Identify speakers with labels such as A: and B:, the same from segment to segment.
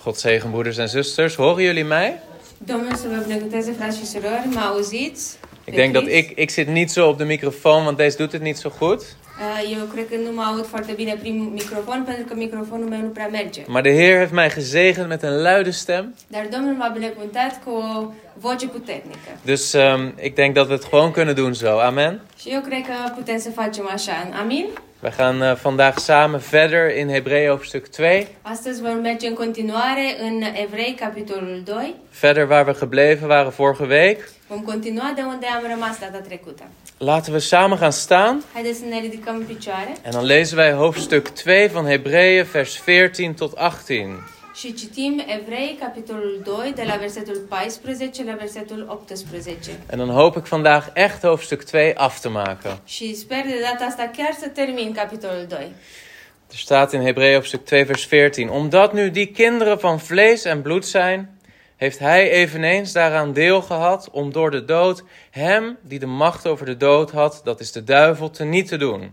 A: God zegen broeders en zusters. Horen jullie mij?
B: Domnul să vă binecuvânteze, frați și surori, mă auziți? Pe
A: Ik denk dat
B: Chris?
A: ik, ik zit niet zo op de microfoon, want deze doet het niet zo goed.
B: Uh, Eu cred că nu mă aud foarte bine prin microfon, pentru că microfonul meu nu prea merge.
A: Maar de Heer heeft mij gezegend met een luide stem.
B: Dar Domnul m-a binecuvântat cu o voce puternică.
A: Dus ehm, ik denk dat we het gewoon kunnen doen zo. Amen.
B: Și eu cred că putem să facem așa. Amin?
A: We gaan eh, vandaag samen verder in Hebreeën hoofdstuk 2.
B: Astăzi vom merge în continuare în Evrei, capitolul 2.
A: Verder waar we gebleven waren vorige week.
B: Vom continua de unde am rămas data trecută.
A: Laten we samen gaan staan.
B: Haideți să ne ridicăm în picioare
A: En dan lezen wij hoofdstuk 2 van Hebreeën, vers 14 tot 18.
B: și citim Evrei, capitolul 2, de la versetul 14 la versetul 18.
A: En dan hoop ik vandaag echt hoofdstuk 2 af te maken.
B: Și sper de data asta chiar să termin capitolul 2.
A: Er staat in Hebreeën hoofdstuk 2 vers 14. Omdat nu die kinderen van vlees en bloed zijn, heeft hij eveneens daaraan deel gehad om door de dood hem die de macht over de dood had, dat is de duivel, te niet te doen.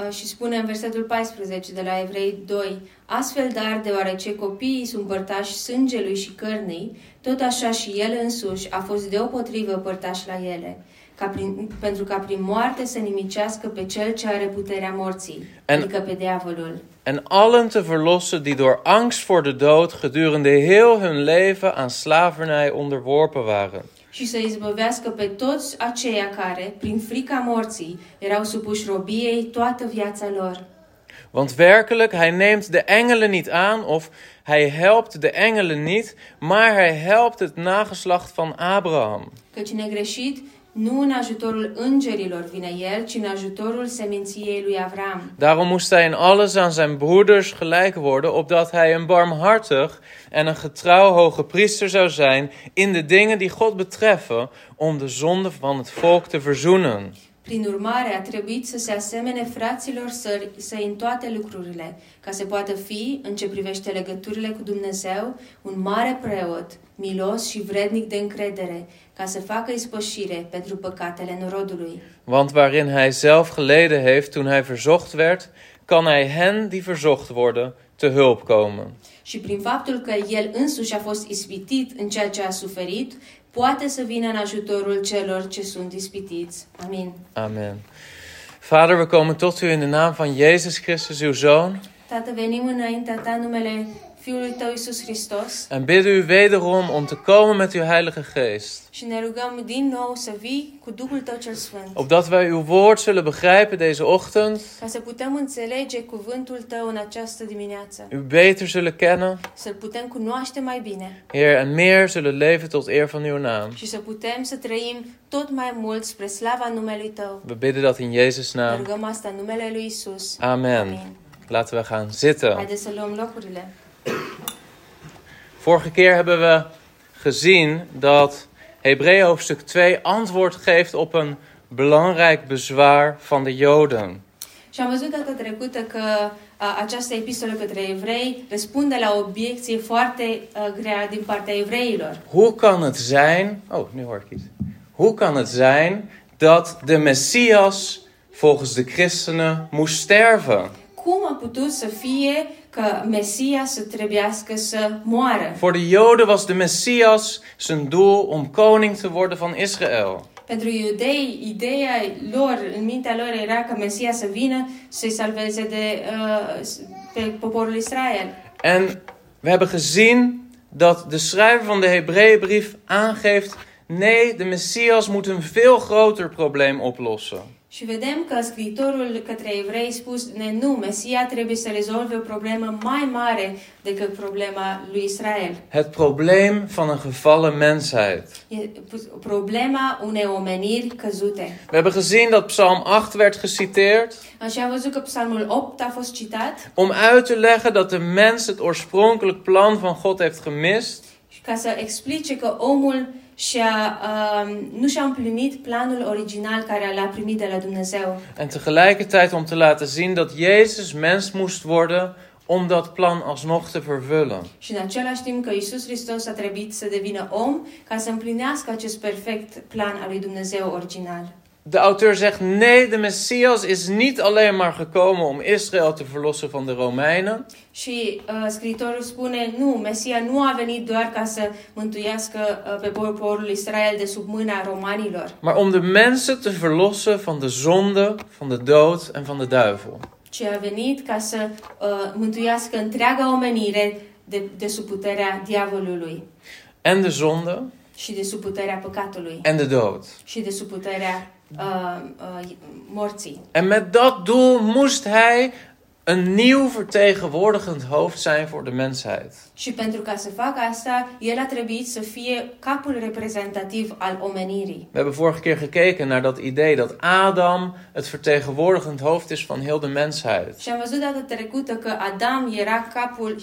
B: Uh, Și spune în versetul 14 de la Evrei 2, Astfel dar, deoarece copiii sunt părtași sângelui și cărnii, tot așa și el însuși a fost deopotrivă părtaș la ele, ca prin, pentru ca prin moarte să nimicească pe cel ce are puterea morții,
A: En-
B: adică pe diavolul.
A: En allen te verlossen die door angst voor de dood gedurende heel hun leven aan slavernij onderworpen waren.
B: Și să izbăvească pe toți aceia care, prin frica morții, erau supuși robiei toată viața lor.
A: Want werkelijk, hij neemt de engelen niet aan of hij helpt de engelen niet, maar hij helpt het nageslacht van Abraham.
B: Căci negreșit, nu în ajutorul îngerilor vine el, ci în ajutorul seminției lui Avram.
A: Daarom moest hij in alles aan zijn broeders gelijk worden, opdat hij een barmhartig en een getrouw hoge priester zou zijn in de dingen die God betreffen, om de zonde van het volk te verzoenen.
B: Prin urmare, a trebuit să se asemene fraților sări, săi în toate lucrurile, ca să poată fi, în ce privește legăturile cu Dumnezeu, un mare preot, milos și vrednic de încredere, ca să facă ispășire pentru păcatele norodului.
A: Want waarin hij zelf geleden heeft toen hij verzocht werd, kan hij hen die verzocht worden te hulp komen.
B: Și prin faptul că el însuși a fost ispitit în ceea ce a suferit, poate să vină în ajutorul celor ce sunt ispitiți. Amin.
A: Amen. Vader, we komen tot u in de naam van Jezus Christus, uw Zoon,
B: Tată, venim înaintea ta în numele Fiului tău Iisus Hristos
A: en bidden u wederom om te komen met uw Heilige Geest.
B: și ne rugăm din nou să vii cu Duhul tău cel Sfânt,
A: Opdat wij uw woord zullen begrijpen deze ochtend,
B: ca să putem înțelege cuvântul tău în această dimineață,
A: u beter zullen kennen,
B: să-l putem cunoaște mai bine
A: Heer, en meer zullen leven tot eer van uw naam.
B: și să putem să trăim tot mai mult spre slava numelui tău.
A: We bidden dat in Jezus'
B: Ne
A: naam.
B: rugăm asta în numele lui Isus.
A: Amen.
B: Amin.
A: Laten we gaan zitten.
B: Haideți să luăm locurile.
A: Vorige keer hebben we gezien dat Hebreeën hoofdstuk 2 antwoord geeft op een belangrijk bezwaar van de Joden.
B: Și am văzut data trecută că a, această epistolă către evrei răspunde la o obiecție foarte a, grea din partea evreilor.
A: Hoe kan het zijn, oh nu hoor ik iets. Hoe kan het zijn dat de Messias volgens de christenen moest sterven?
B: Cum a putut să fie că Mesia să trebuiască să moară?
A: Voor de Joden was de Messias zijn doel om koning te worden van Israël.
B: Pentru iudei, ideea lor, în mintea lor era că Mesia să vină să-i salveze de, uh, s- pe poporul Israel.
A: En we hebben gezien dat de schrijver van de Hebreeënbrief aangeeft: nee, de Messias moet een veel groter probleem oplossen.
B: Și vedem că scriitorul către evrei spus, ne nu, Mesia trebuie să rezolve o problemă mai mare decât problema lui Israel.
A: Het probleem van een gevallen mensheid.
B: E problema unei omeniri căzute.
A: We hebben gezien dat Psalm 8 werd geciteerd
B: Așa am văzut că psalmul 8 a fost citat
A: om uit te leggen dat de mens het oorspronkelijk plan van God heeft gemist
B: și ca să explice că omul și-a, um, nu și-a împlinit planul original care l-a primit de la Dumnezeu.
A: en tegelijkertijd om te laten zien dat Jezus mens moest worden om dat plan alsnog te vervullen.
B: Și în același timp că Isus Hristos a trebuit să devină om ca să împlinească acest perfect plan al lui Dumnezeu original.
A: De auteur zegt: nee, de Messias is niet alleen maar gekomen om Israël te verlossen van de Romeinen,
B: Și uh, scriitorul spune, nu, Mesia nu a venit doar ca să mântuiască uh, pe poporul Israel de sub mâna romanilor,
A: maar om de mensen te verlossen van de zonde, van de dood en van de duivel.
B: ci a venit ca să uh, mântuiască întreaga omenire de, de sub puterea diavolului
A: En de zonde
B: și de sub puterea păcatului
A: en de dood.
B: și de sub puterea uh, uh, morții.
A: En met dat doel moest hij een nieuw vertegenwoordigend hoofd zijn voor de mensheid.
B: Și pentru ca să facă asta, el a trebuit să fie capul reprezentativ al omenirii.
A: We hebben vorige keer gekeken naar dat idee dat Adam het vertegenwoordigend hoofd is van heel de mensheid.
B: Și am văzut data trecută că Adam era capul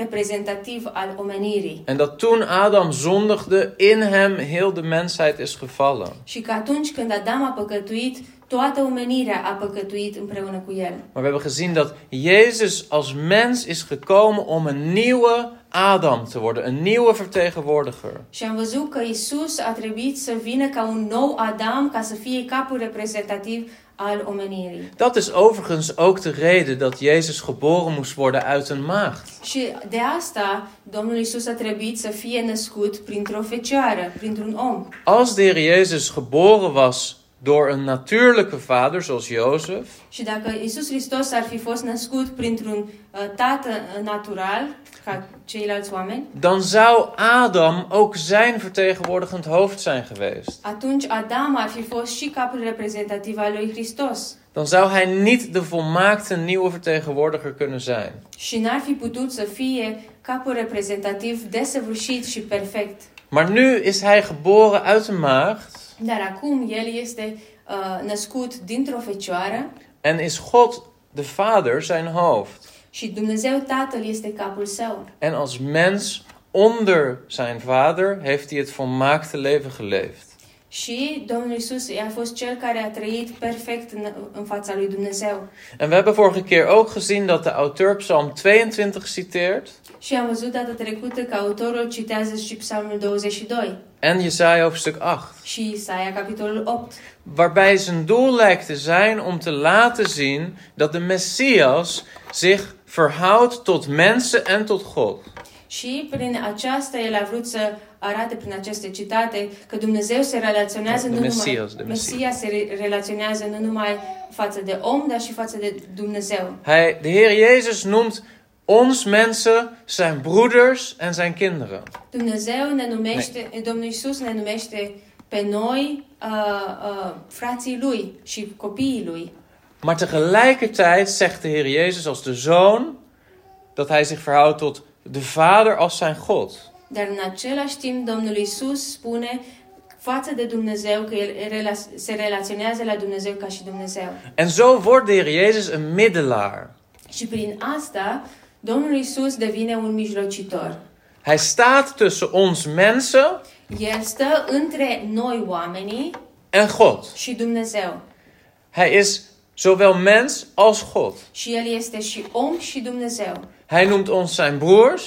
B: reprezentativ al omenirii.
A: En dat toen Adam zondigde, in hem heel de mensheid is gevallen.
B: Și că atunci când Adam a păcătuit, toată omenirea a păcătuit împreună cu el.
A: Maar we hebben gezien dat Jezus als mens is gekomen om een nieuwe Adam te worden, een nieuwe vertegenwoordiger.
B: Și am văzut că Isus a trebuit să vină ca un nou Adam ca să fie capul reprezentativ al omenirii.
A: Dat is overigens ook de reden dat Jezus geboren moest worden uit een maagd.
B: Și de asta Domnul Isus a trebuit să fie născut printr-o fecioară, printr-un om.
A: Als de Heer Jezus geboren was door een natuurlijke vader zoals Jozef,
B: Și dacă Isus Hristos ar fi fost născut printr-un uh, tată natural, ca ceilalți oameni,
A: dan zou Adam ook zijn vertegenwoordigend hoofd zijn geweest.
B: atunci Adam ar fi fost și capul reprezentativ al lui Hristos.
A: Dan zou hij niet de volmaakte nieuwe vertegenwoordiger kunnen zijn.
B: Și n-ar fi putut să fie capul reprezentativ desăvârșit și perfect.
A: Maar nu is hij geboren uit een maagd
B: Dar acum el este uh, născut dintr-o fecioară
A: en is God de Vader zijn hoofd.
B: și Dumnezeu Tatăl este capul său.
A: En als mens onder zijn Vader heeft hij het volmaakte leven geleefd.
B: Și Domnul Isus a fost cel care a trăit perfect în, în fața lui Dumnezeu.
A: En we hebben vorige keer ook gezien dat de auteur Psalm 22 citeert
B: Și am văzut data trecută că autorul citează și Psalmul 22
A: en Jesaja hoofdstuk 8.
B: și Isaia capitolul 8,
A: Waarbij zijn doel lijkt te zijn om te laten zien dat de Messias zich verhoudt tot mensen en tot God.
B: Și prin aceasta el a vrut să arate prin aceste citate că Dumnezeu se relaționează
A: De
B: nu
A: Mesias, de
B: numai
A: Mesias.
B: Da, Mesia se re- relaționează nu numai față de om, dar și față de Dumnezeu.
A: Hij, de Heer Jezus noemt ons mensen zijn broeders en zijn kinderen.
B: Dumnezeu ne numește, Domnul Isus ne numește pe noi uh, uh, frații lui și copiii lui.
A: Maar tegelijkertijd zegt de Heer Jezus als de zoon dat hij zich verhoudt tot de Vader als zijn God.
B: Dar în același timp Domnul Isus spune față de Dumnezeu că el rela- se relaționează la Dumnezeu ca și Dumnezeu.
A: En zo wordt de Heer Jezus een middelaar.
B: Și prin asta Domnul Isus devine un mijlocitor.
A: Hij staat tussen ons mensen
B: El stă între noi oamenii
A: en God.
B: și Dumnezeu.
A: Hij is zowel mens als God.
B: Și El este și om și Dumnezeu.
A: Hij noemt ons zijn broers.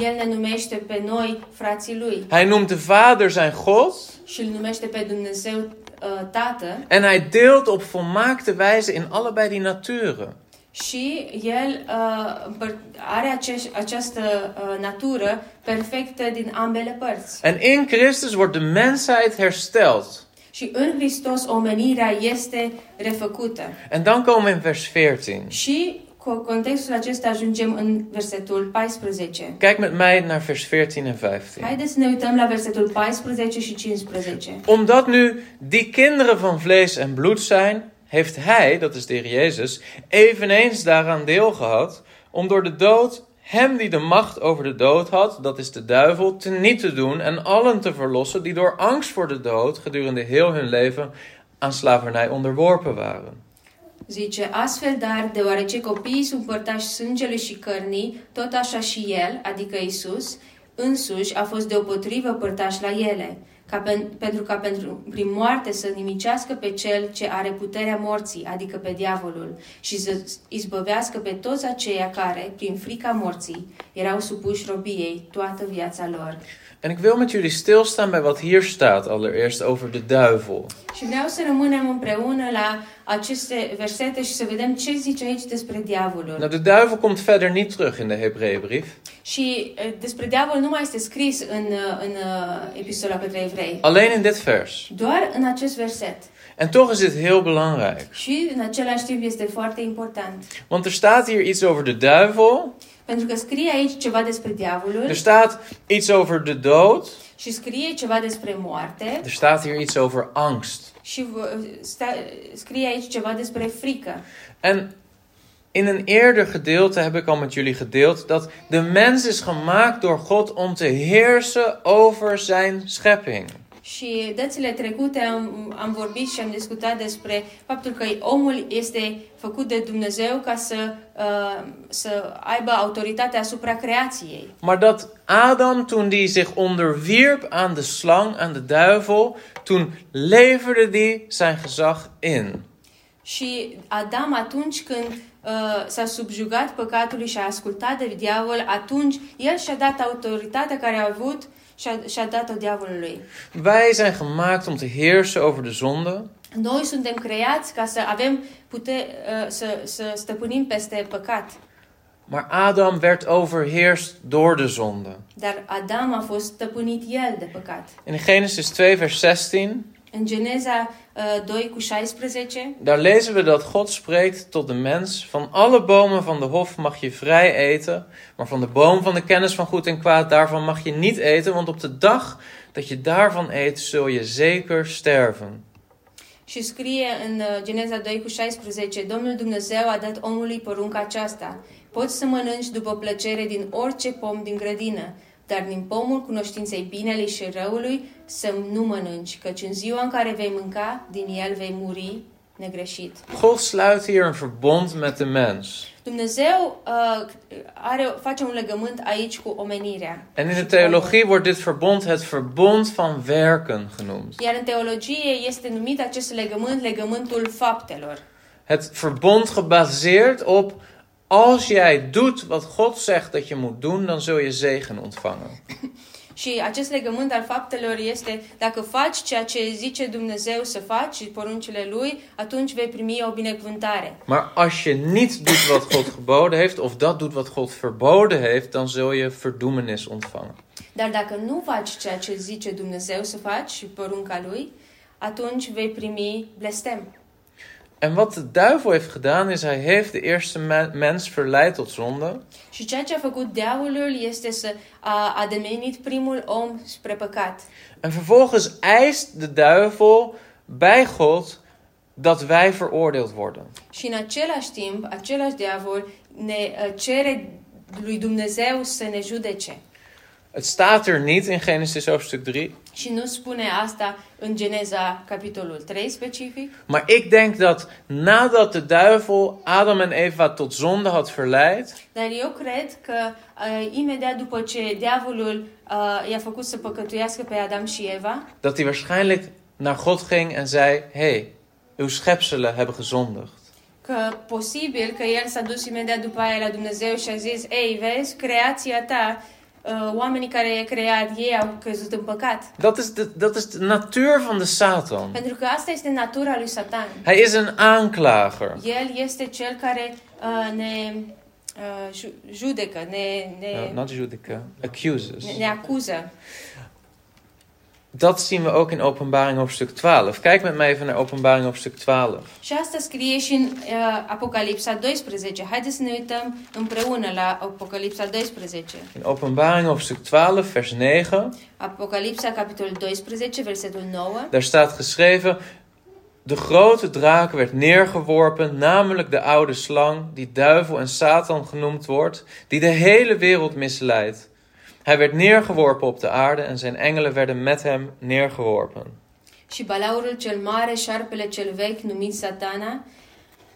B: El ne numește pe noi frații Lui
A: Hij noemt de Vader zijn God.
B: și îl numește pe Dumnezeu uh, Tată
A: En hij deelt op volmaakte wijze in allebei die naturen.
B: și El uh, împăr- are aceș- această uh, natură perfectă din ambele părți.
A: En in Christus wordt de mensheid hersteld.
B: Și în Hristos omenirea este refăcută.
A: En dan komen we in vers 14.
B: Și cu contextul acesta ajungem în versetul 14.
A: Kijk met mij naar vers 14 en 15.
B: Haideți să ne uităm la versetul 14 și 15.
A: Omdat nu die kinderen van vlees en bloed zijn, heeft hij, dat is de Heer Jezus, eveneens daaraan deel gehad om door de dood hem die de macht over de dood had, dat is de duivel, teniet te doen en allen te verlossen die door angst voor de dood gedurende heel hun leven aan slavernij onderworpen waren.
B: Zice, astfel dar, deoarece copiii sunt părtași sângelui și cărnii, tot așa și el, adică Isus, însuși a fost deopotrivă părtaș la ele, ca pen, pentru ca pentru, prin moarte să nimicească pe cel ce are puterea morții, adică pe diavolul, și să izbăvească pe toți aceia care, prin frica morții, erau supuși robiei toată viața lor.
A: En ik wil met jullie stilstaan bij wat hier staat, allereerst over de duivel.
B: Și vreau să rămânem împreună la aceste versete și să vedem ce zice aici despre diavolul.
A: Nou, de duivel komt verder niet terug in de Hebreeënbrief.
B: Și eh, despre diavol nu mai este scris în, eh, în eh, epistola către evrei,
A: Alleen in dit vers.
B: doar în acest verset.
A: En toch is dit heel belangrijk.
B: Și în același timp este foarte important.
A: Want er staat hier iets over de duivel.
B: Pentru că scrie aici ceva despre diavolul
A: Er staat iets over de dood.
B: și scrie ceva despre moarte
A: Er staat hier iets over angst.
B: și v- sta, scrie aici ceva despre frică.
A: En in een eerder gedeelte heb ik al met jullie gedeeld dat de mens is gemaakt door God om te heersen over zijn schepping.
B: Și dățile trecute am, am vorbit și am discutat despre faptul că omul este făcut de Dumnezeu ca să, uh, să aibă autoritate asupra creației.
A: Maar dat Adam, toen die zich onderwierp aan de slang, aan de duivel, toen leverde die zijn gezag in.
B: Și Adam atunci când uh, s-a subjugat păcatului și a ascultat de diavol, atunci el și-a dat autoritatea care a avut și-a, și-a dat-o diavolului.
A: Wij zijn gemaakt om te heersen over de zonde.
B: Noi suntem creați ca să avem pute, uh, să, să stăpânim peste păcat.
A: Maar Adam werd overheerst door de zonde.
B: Dar Adam a fost stăpânit el de păcat.
A: In Genesis 2, vers 16,
B: În Geneza uh, 2 cu 16,
A: daar lezen we dat God spreekt tot de mens: Van alle bomen van de hof mag je vrij eten, maar van de boom van de kennis van goed en kwaad, daarvan mag je niet eten, want op de dag dat je daarvan eet, zul je zeker sterven.
B: Și scrie în uh, Geneza 2 cu 16, Domnul Dumnezeu a dat omului porunca aceasta. Poți să mănânci după plăcere din orice pom din grădină, dar din pomul cunoștinței binelui și răului să nu mănânci, căci în ziua în care vei mânca, din el vei muri negreșit.
A: God sluit hier een verbond met de mens.
B: Dumnezeu uh, are, face un legământ aici cu omenirea.
A: En in
B: Și
A: de
B: cu
A: theologie wordt dit verbond het verbond van werken genoemd.
B: omul. Iar în teologie este numit acest legământ legământul faptelor.
A: Het verbond gebaseerd op als jij doet wat God zegt dat je moet doen, dan zul je zegen ontvangen.
B: Și acest legământ al faptelor este dacă faci ceea ce zice Dumnezeu să faci și poruncile lui, atunci vei primi o binecuvântare.
A: Maar als je niet doet wat God geboden heeft, of dat doet wat God verboden heeft, dan zul je verdoemenis ontvangen.
B: Dar dacă nu faci ceea ce zice Dumnezeu să faci și porunca lui, atunci vei primi blestem.
A: En wat de duivel heeft gedaan, is hij heeft de eerste me- mens verleid tot zonde.
B: Și ceea ce a făcut diavolul este să a ademenit primul om spre păcat.
A: En vervolgens eist de duivel bij God dat wij veroordeeld worden.
B: Și în același timp, același diavol ne uh, cere lui Dumnezeu să ne judece.
A: Het staat er niet in Genesis hoofdstuk 3.
B: Și nu spune asta în Geneza, capitolul 3 specific,
A: Maar ik denk dat nadat de duivel Adam en Eva tot zonde had verleid,
B: dar eu cred că uh, imediat după ce diavolul uh, i-a făcut să păcătuiască pe Adam și Eva,
A: dat hij waarschijnlijk naar God ging en zei: hey, uw schepselen hebben gezondigd.
B: că posibil că el s-a dus imediat după aia la Dumnezeu și a zis, ei, vezi, creația ta, uh, oamenii care i-a creat, ei au căzut în păcat.
A: Dat is de, dat is de natuur van de Satan.
B: Pentru că asta este natura lui Satan.
A: Hij is een aanklager.
B: El este cel care uh, ne uh, ju- judecă, ne,
A: Uh,
B: ne,
A: not Judica,
B: ne,
A: accuses.
B: ne acuză.
A: Dat zien we ook in openbaring hoofdstuk 12. Kijk met mij even naar openbaring hoofdstuk 12.
B: Și asta scrie și în uh, Apocalipsa 12. Haideți să ne uităm împreună la Apocalipsa 12.
A: In openbaring hoofdstuk 12, vers 9.
B: Apocalipsa, capitolul 12, versetul 9.
A: Daar staat geschreven: De grote draak werd neergeworpen, namelijk de oude slang, die duivel en Satan genoemd wordt, die de hele wereld misleidt. Hij werd neergeworpen op de aarde en zijn engelen werden met hem neergeworpen.
B: Și balaurul cel mare, șarpele cel vechi, numit satana,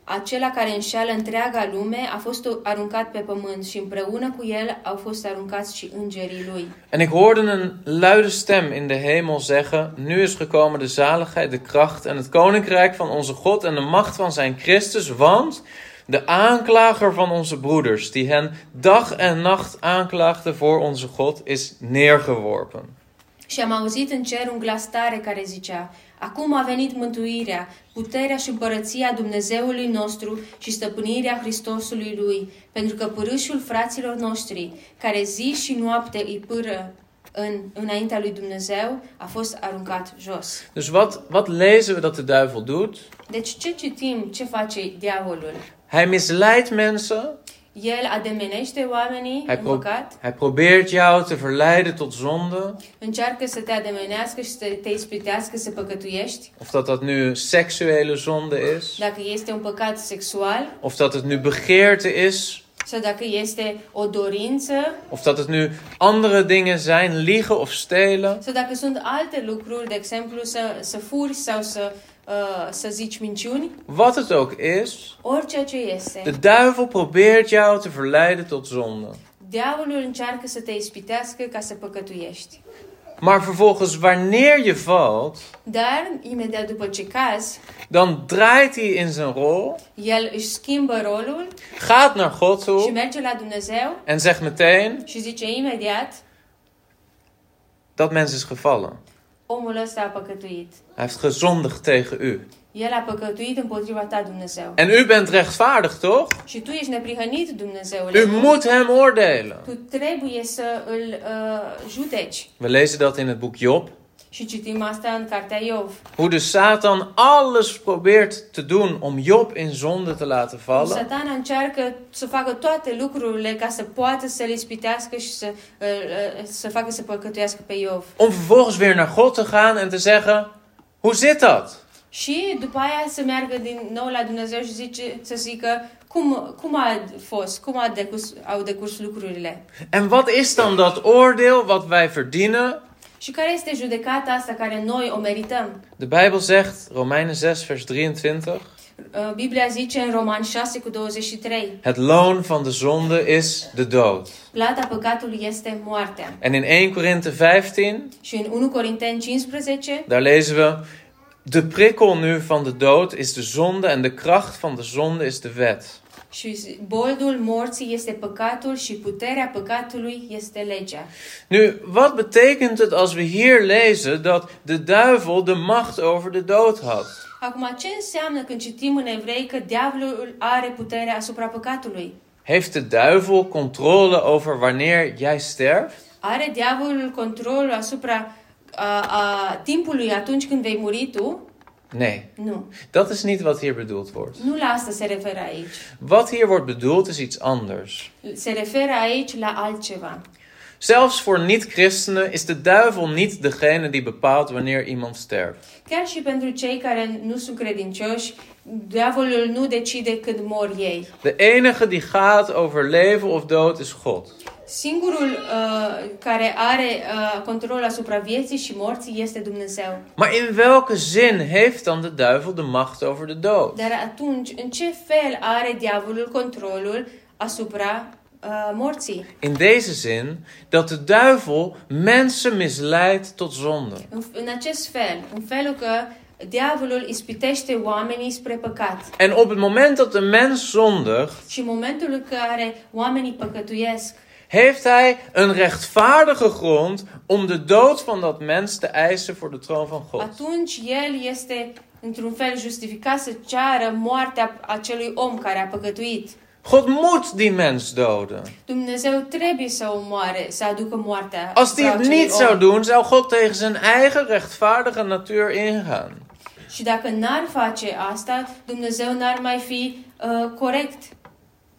B: Acela care înșeală întreaga lume a fost aruncat pe pământ și împreună cu el au fost aruncați și îngerii lui.
A: En ik hoorde een luide stem in de hemel zeggen: Nu is gekomen de zaligheid, de kracht en het koninkrijk van onze God en de macht van zijn Christus, want de aanklager van onze broeders, die hen dag en nacht aanklaagde voor onze God, is neergeworpen.
B: Și am auzit în cer un glas tare care zicea, Acum a venit mântuirea, puterea și împărăția Dumnezeului nostru și stăpânirea Hristosului Lui, pentru că pârâșul fraților noștri, care zi și noapte îi pâră în, înaintea lui Dumnezeu, a fost aruncat jos.
A: Dus wat, wat lezen we dat de duivel doet?
B: Deci ce citim, ce face diavolul?
A: Hij misleidt mensen.
B: El ademenește oamenii
A: Hai,
B: în
A: pro-
B: păcat,
A: Hij probeert jou te verleiden tot zonde.
B: încearcă să te ademenească și să te ispitească să păcătuiești,
A: Of dat dat nu seksuele zonde is.
B: dacă este un păcat sexual
A: Of dat het nu begeerte is.
B: sau dacă este o dorință
A: Of dat het nu andere dingen zijn, liegen of stelen.
B: Sau dacă sunt alte lucruri, de exemplu, să, să furi sau să, uh, să zici minciuni,
A: Wat het ook is,
B: orice ce este,
A: de duivel probeert jou te verleiden tot zonde.
B: diavolul încearcă să te ispitească ca să păcătuiești.
A: Maar vervolgens, wanneer je valt,
B: Dar, imediat după ce caz,
A: dan draait hij in zijn rol,
B: el își schimbă rolul
A: gaat naar God
B: și
A: toe
B: merge la Dumnezeu
A: en zegt meteen:
B: și zice imediat,
A: dat mens is gevallen.
B: omul ăsta a păcătuit.
A: Hij heeft gezondigd tegen u.
B: El a păcătuit împotriva ta, Dumnezeu.
A: En u bent rechtvaardig, toch?
B: Și tu ești neprihănit, Dumnezeule.
A: U moet hem oordelen.
B: Tu trebuie să îl uh, judeci.
A: We lezen dat in het boek Job.
B: Și citim asta în cartea Iov.
A: Hoe de Satan alles probeert te doen om Job in zonde te laten vallen.
B: Satana încearcă să facă toate lucrurile ca să poată să-l ispitească și să, uh, uh, să facă să păcătuiască pe Iov.
A: Om vervolgens weer naar God te gaan en te zeggen: Hoe zit dat?
B: Și după aia să meargă din nou la Dumnezeu și zice, să zică cum, cum a fost, cum a decurs, au decurs lucrurile.
A: En wat is dan dat oordeel wat wij verdienen?
B: Și care este judecata asta care noi o merităm?
A: De Bijbel zegt, Romeinen 6, vers 23:
B: Uh, Biblia zice în Roman 6 cu 23,
A: Het loon van de zonde is de dood.
B: plata păcatului este moartea.
A: En in 1 Korinthe 15,
B: Și în 1 Corinteni 15,
A: daar lezen we: De prikkel nu van de dood is de zonde en de kracht van de zonde is de wet.
B: și zi- boldul morții este păcatul și puterea păcatului este legea.
A: Nu, wat betekent het als we hier lezen dat de duivel de macht over de dood had?
B: Acum, ce înseamnă când citim în evrei că diavolul are puterea asupra păcatului?
A: Heeft de duivel controle over wanneer jij sterft?
B: Are diavolul controlul asupra a, a timpului atunci când vei muri tu?
A: Nee,
B: Nu.
A: dat is niet wat hier bedoeld wordt.
B: Nu la asta se referă aici.
A: Wat hier wordt bedoeld is iets anders.
B: Se referă aici la altceva.
A: Zelfs voor niet-christenen is de duivel niet degene die bepaalt wanneer iemand sterft.
B: Chiar și pentru cei care nu sunt credincioși, diavolul nu decide când mor ei.
A: De enige die gaat over leven of dood is God.
B: Singurul uh, care are uh, control asupra vieții și morții este Dumnezeu.
A: Maar in welke zin heeft dan de duivel de macht over de dood?
B: Dar atunci, în ce fel are diavolul controlul asupra uh, morții?
A: In deze zin dat de duivel mensen misleidt tot zonde.
B: În, în acest fel, în felul că diavolul ispitește oamenii spre păcat.
A: En op het moment dat de mens zondigt,
B: Și în momentul în care oamenii păcătuiesc,
A: heeft hij een rechtvaardige grond om de dood van dat mens te eisen voor de troon van God.
B: atunci el este într-un fel justificat să ceară moartea acelui om care a păcătuit.
A: God moet die mens doden.
B: Dumnezeu trebuie să o moare, să aducă moartea.
A: Als die het
B: acelui
A: niet
B: om.
A: zou doen, zou God tegen zijn eigen rechtvaardige natuur ingaan.
B: Și dacă n-ar face asta, Dumnezeu n-ar mai fi uh, corect.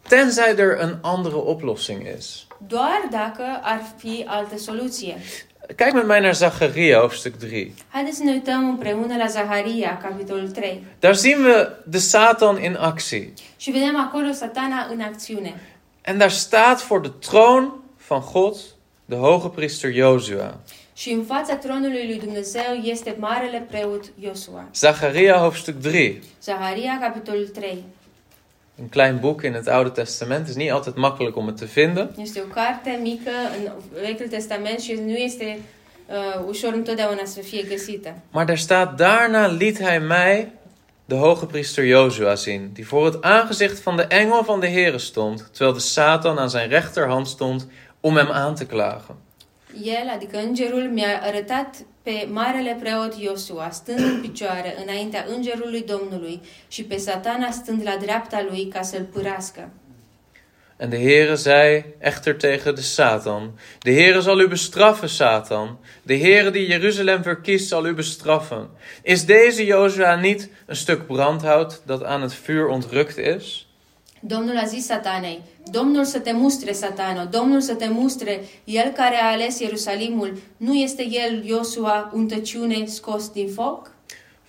A: Tenzij er een andere oplossing is.
B: Doar dacă ar fi altă soluție.
A: Kijk met mij naar Zacharia hoofdstuk 3.
B: Haideți să ne uităm împreună la Zaharia, capitolul 3.
A: Daar zien we de Satan in actie.
B: Și vedem acolo satana în acțiune.
A: En daar staat voor de troon van God de hoge priester Jozua.
B: Și în fața tronului lui Dumnezeu este marele preot Iosua.
A: Zacharia hoofdstuk 3.
B: Zaharia, capitolul 3.
A: Een klein boek in het Oude Testament. Het is niet altijd makkelijk om het te vinden.
B: Este o carte mică în Vechiul Testament și nu este uh, ușor întotdeauna să fie găsită.
A: Maar daar staat: Daarna liet hij mij, de hoge priester Jozua, zien, die voor het aangezicht van de engel van de Here stond, terwijl de Satan aan zijn rechterhand stond om hem aan te klagen.
B: El, adică îngerul, mi-a arătat pe marele preot Iosua, stând în picioare înaintea îngerului Domnului și pe satana stând la dreapta lui ca să-l pârască.
A: En de Heere zei echter tegen de Satan: De Heere zal u bestraffen, Satan. De Heere die Jeruzalem verkiest, zal u bestraffen. Is deze Jozua niet een stuk brandhout dat aan het vuur ontrukt is?
B: Domnul a zis satanei, Domnul să te mustre, satano, Domnul să te mustre, el care a ales Ierusalimul, nu este el, Iosua, un tăciune scos din foc?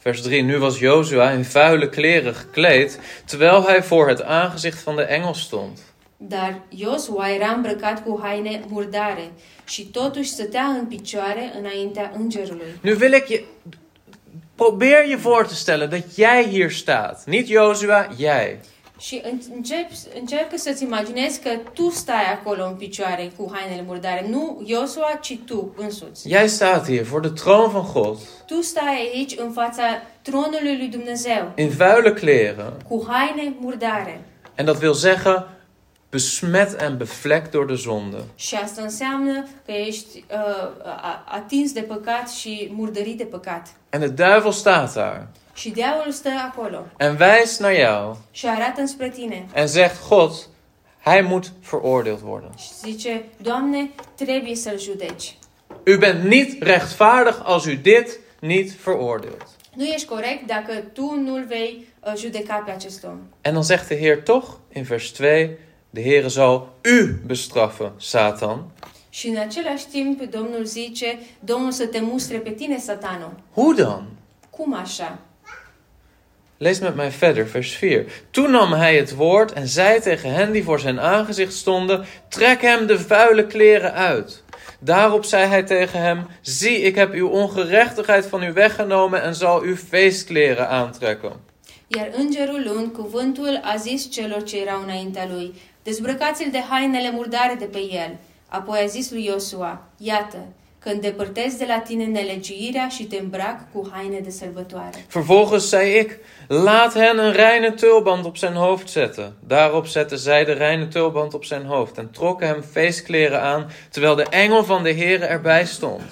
A: Vers 3. Nu was Jozua in vuile kleren gekleed, terwijl hij voor het aangezicht van de engel stond.
B: Dar Iosua era îmbrăcat cu haine murdare și totuși stătea în picioare înaintea îngerului.
A: Nu wil ik je. Probeer je voor te stellen dat jij hier staat. Niet Jozua, jij.
B: Și în- încep, încearcă să-ți imaginezi că tu stai acolo în picioare cu hainele murdare, nu Iosua, ci tu însuți.
A: Jij staat hier voor de troon van God,
B: Tu stai aici în fața tronului lui Dumnezeu,
A: in vuile kleren.
B: cu haine murdare.
A: En dat wil zeggen, besmet en bevlekt door de zonde.
B: Și asta înseamnă că ești uh, a- atins de păcat și murdărit de păcat.
A: En de duivel staat daar
B: Și diavolul stă acolo
A: en wijst naar jou
B: și arată înspre tine
A: en zegt: God, hij moet veroordeeld worden.
B: și zice, Doamne, trebuie să-l judeci.
A: U bent niet rechtvaardig als u dit niet veroordeelt.
B: Nu ești corect dacă tu nu-l vei uh, judeca pe acest om.
A: En dan zegt de Heer toch in vers 2: De Heer zal u bestraffen, Satan.
B: Și în același timp, Domnul zice, Domnul să te mustre pe tine, satano.
A: Hoe dan?
B: Cum așa?
A: Lees met mij verder, vers 4. Toen nam hij het woord en zei tegen hen die voor zijn aangezicht stonden: Trek hem de vuile kleren uit. Daarop zei hij tegen hem: Zie, ik heb uw ongerechtigheid van u weggenomen en zal u feestkleren aantrekken.
B: Iar îngerul luând cuvântul a zis celor ce erau înaintea lui, dezbrăcați-l de hainele murdare de pe el. Apoi a zis lui Iosua, iată, că îndepărtez de la tine nelegiuirea și te îmbrac cu haine de sărbătoare.
A: Vervolgens zei ik: Laat hen een reine tulband op zijn hoofd zetten. Daarop zetten zij de reine tulband op zijn hoofd en trokken hem feestkleren aan, terwijl de engel van de Heere erbij stond.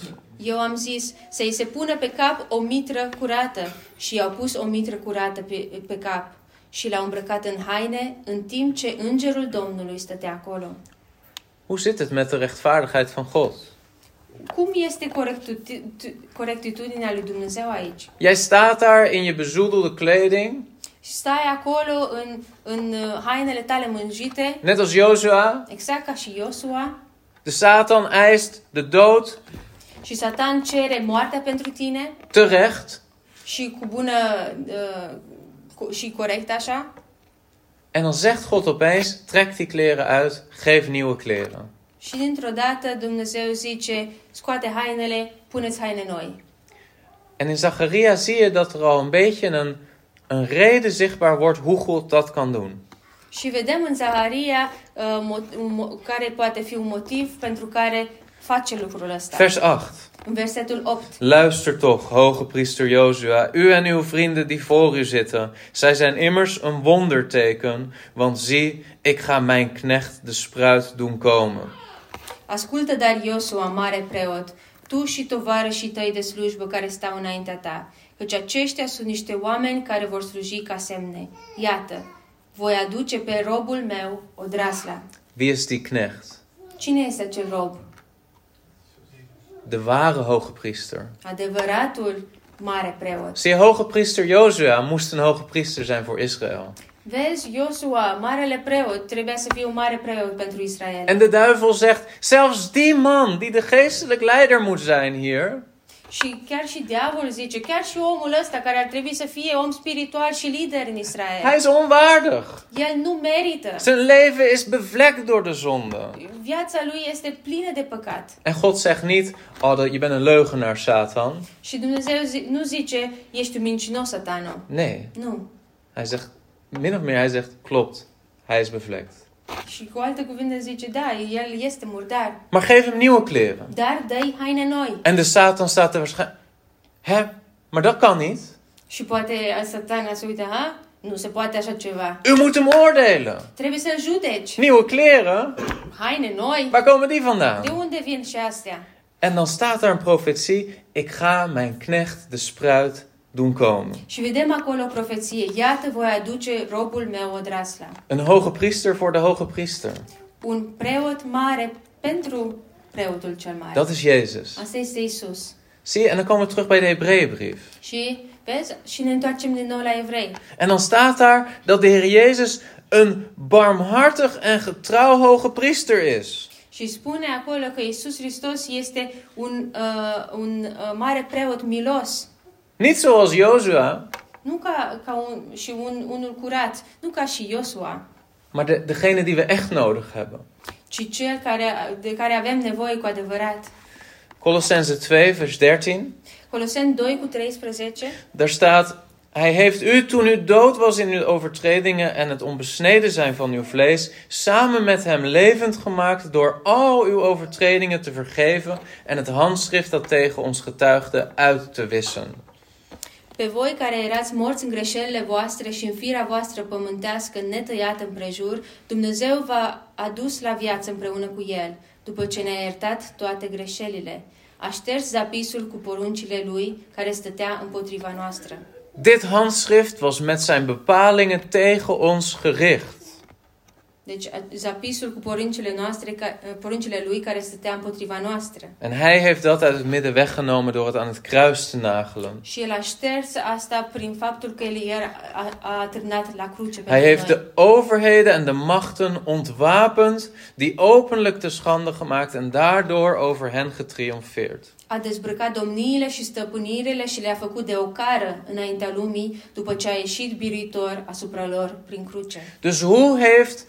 B: Eu am zis să-i se pună pe cap o mitră curată și i-au pus o mitră curată pe, pe cap și l-au îmbrăcat în haine, în timp ce îngerul Domnului stătea acolo.
A: Hoe zit het met de rechtvaardigheid van God?
B: Cum este corectuti- tu- corectitudinea lui Dumnezeu aici?
A: Jij staat daar in je bezoedelde kleding,
B: Și stai acolo în, în uh, hainele tale mânjite,
A: net als Jozua.
B: exact ca și Iosua,
A: De Satan eist de dood
B: și Satan cere moartea pentru tine
A: terecht.
B: și cu bună uh, cu, și corect așa.
A: En dan zegt God opeens: trek die kleren uit, geef nieuwe kleren.
B: Și dintr-o dată Dumnezeu zice, scoate hainele, puneți haine noi.
A: En in Zacharia zie je dat er al een beetje een, een reden zichtbaar wordt hoe God dat kan doen.
B: Și vedem în Zaharia uh, mo- un mo- care poate fi un motiv pentru care face lucrul ăsta.
A: Vers 8.
B: În versetul 8.
A: Luister toch, hoge priester Jozua, u en uw vrienden die voor u zitten. Zij zijn immers een wonderteken, want zie, ik ga mijn knecht de spruit doen komen.
B: Ascultă, dar Iosua, mare preot, tu și tovarășii tăi de slujbă care stau înaintea ta, căci aceștia sunt niște oameni care vor sluji ca semne. Iată, voi aduce pe robul meu odrasla.
A: Wie is die knecht?
B: Cine este acel rob?
A: De ware hoge priester.
B: Adevăratul mare preot.
A: Zie, hoge priester Jozua moest een hoge priester zijn voor Israël.
B: Vezi, Iosua, marele preot, trebuia să fie un mare preot pentru Israel.
A: En de duivel zegt, zelfs die man die de geestelijk leider moet zijn hier,
B: Și chiar și diavolul zice, chiar și omul ăsta care ar trebui să fie om spiritual și lider în
A: hij
B: Israel,
A: is onwaardig.
B: el nu merită.
A: Zijn leven is bevlekt door de zonde.
B: Viața lui este plină de păcat.
A: En God zegt niet, oh, dat- je bent een leugenaar, Satan.
B: Și Dumnezeu zi- nu zice, ești un mincinos, satano.
A: Nee,
B: Nu.
A: hij zegt, min of meer, hij zegt, klopt, hij is bevlekt.
B: Și cu alte cuvinte zice, da, el este murdar,
A: Maar geef hem nieuwe kleren.
B: dar dai haine noi.
A: En de Satan staat er waarschijnlijk, hè, maar dat kan niet.
B: Și poate satana se uită, ha? Nu se poate așa ceva.
A: U moet hem oordelen.
B: Trebuie să-l judeci.
A: Nieuwe kleren,
B: Haine noi.
A: waar komen die
B: De
A: vandaan?
B: unde vin și astea?
A: En dan staat er een profetie, ik ga mijn knecht de spruit doen komen.
B: Și vedem acolo o profeție. Iată, voi aduce robul meu odrasla.
A: Een hoge priester voor de hoge priester.
B: Un preot mare pentru preotul cel mare.
A: Dat is Jezus.
B: Asta este Isus.
A: Zie je, en dan komen we terug bij de Hebreeënbrief.
B: Și, vezi, și ne întoarcem din nou la evrei.
A: En dan staat daar dat de Heer Jezus een barmhartig en getrouw hoge priester is.
B: Și spune acolo că Isus Hristos este un, uh, un uh, mare preot milos.
A: Niet zoals Jozua,
B: Nu ca, ca un, și un, unul curat, nu ca și Iosua,
A: maar de, degene die we echt nodig hebben.
B: ci cel care, de care avem nevoie cu adevărat.
A: Colossense 2, vers 13.
B: Coloseni 2 cu 13
A: Daar staat: Hij heeft u toen u dood was in uw overtredingen en het onbesneden zijn van uw vlees, samen met hem levend gemaakt door al uw overtredingen te vergeven en het handschrift dat tegen ons getuigde uit te wissen.
B: Pe voi care erați morți în greșelile voastre și în firea voastră pământească netăiată împrejur, Dumnezeu v-a adus la viață împreună cu El, după ce ne-a iertat toate greșelile. A șters zapisul cu poruncile Lui care stătea împotriva noastră.
A: Dit handschrift was met zijn bepalingen tegen ons gericht.
B: Deci a- zapisul cu poruncile, noastre, ca- poruncile Lui care stătea împotriva noastră.
A: En hij heeft dat uit het midden weggenomen door het aan het kruis te nagelen.
B: Și El a șters asta prin faptul că El iar a, a atârnat la cruce
A: Hij
B: pentru
A: heeft
B: noi.
A: de overheden en de machten ontwapend, die openlijk te schande gemaakt en daardoor over hen getriomfeerd.
B: A dezbrăcat domniile și stăpânirile și le-a făcut de ocară înaintea lumii, după ce a ieșit biruitor asupra lor prin cruce.
A: Dus hoe heeft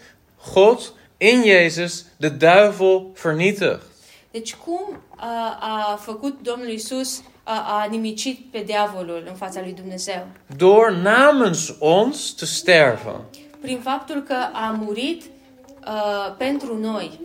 A: God in Jezus de duivel vernietigd?
B: Deci cum a, a făcut Domnul Isus a, a nimicit pe diavolul în fața lui Dumnezeu?
A: Door namens ons te sterven.
B: Prin faptul că a murit a, pentru noi.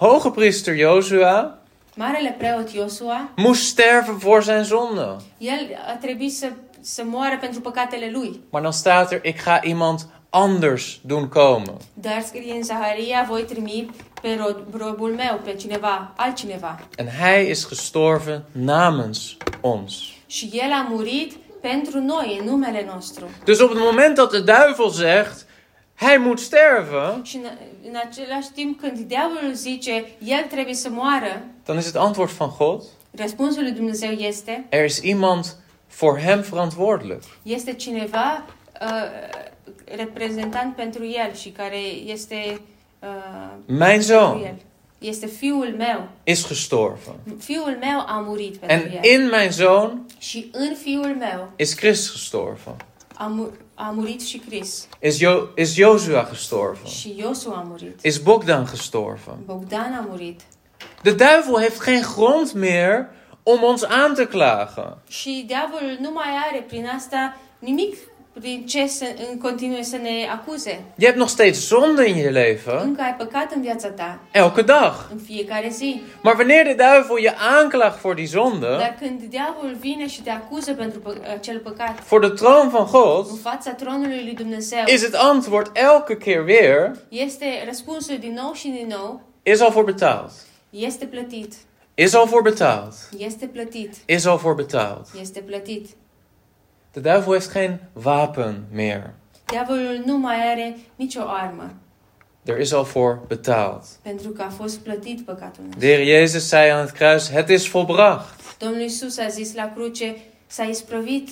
A: Hoge priester Jozua
B: Marele preot Iosua,
A: moest sterven voor zijn zonde.
B: el a trebuit să, să moară pentru păcatele lui.
A: Maar dan staat er: Ik ga iemand anders doen komen.
B: Dar scrie în Zaharia, voi trimi pe ro- robul meu, pe cineva, altcineva.
A: En hij is gestorven namens ons.
B: Și El a murit pentru noi, în numele nostru.
A: Dus op het moment dat de duivel zegt: Hij moet sterven,
B: Și în, în același timp, când diavolul zice, El trebuie să moară,
A: dan is het antwoord van God:
B: răspunsul lui Dumnezeu este,
A: Er is iemand voor hem verantwoordelijk.
B: este cineva uh, reprezentant pentru El și care este uh,
A: Mijn
B: pentru
A: zoon
B: El. Este fiul meu.
A: is gestorven.
B: Fiul meu a murit pentru
A: En
B: el.
A: in mijn zoon
B: Și în fiul meu
A: is Christus gestorven.
B: a, mu- a murit și Cris.
A: Is, jo is Joshua gestorven.
B: Și Iosu a murit.
A: Is Bogdan gestorven.
B: Bogdan a murit.
A: De duivel heeft geen grond meer om ons aan te klagen.
B: Și diavolul nu mai are prin asta nimic prin ce să, în continue să ne acuze.
A: Je hebt nog steeds zonde in je leven,
B: Încă ai păcat în viața ta,
A: elke dag.
B: în fiecare zi.
A: Maar wanneer de duivel je aanklaagt voor die zonde,
B: Dar când diavolul vine și te acuză pentru pă- acel păcat,
A: voor de troon van
B: în
A: God,
B: fața tronului lui Dumnezeu,
A: is het antwoord elke keer weer,
B: este răspunsul din nou și din nou,
A: is al voor betaald.
B: este plătit,
A: Is al voor betaald.
B: este plătit,
A: Is al voor betaald.
B: este plătit.
A: De duivel heeft geen wapen meer.
B: Diavolul nu mai are nicio armă,
A: Er is al voor betaald.
B: pentru că a fost plătit păcatul nostru.
A: De Heer Jezus zei aan het kruis, het is volbracht.
B: Domnul Isus a zis la cruce, s-a isprăvit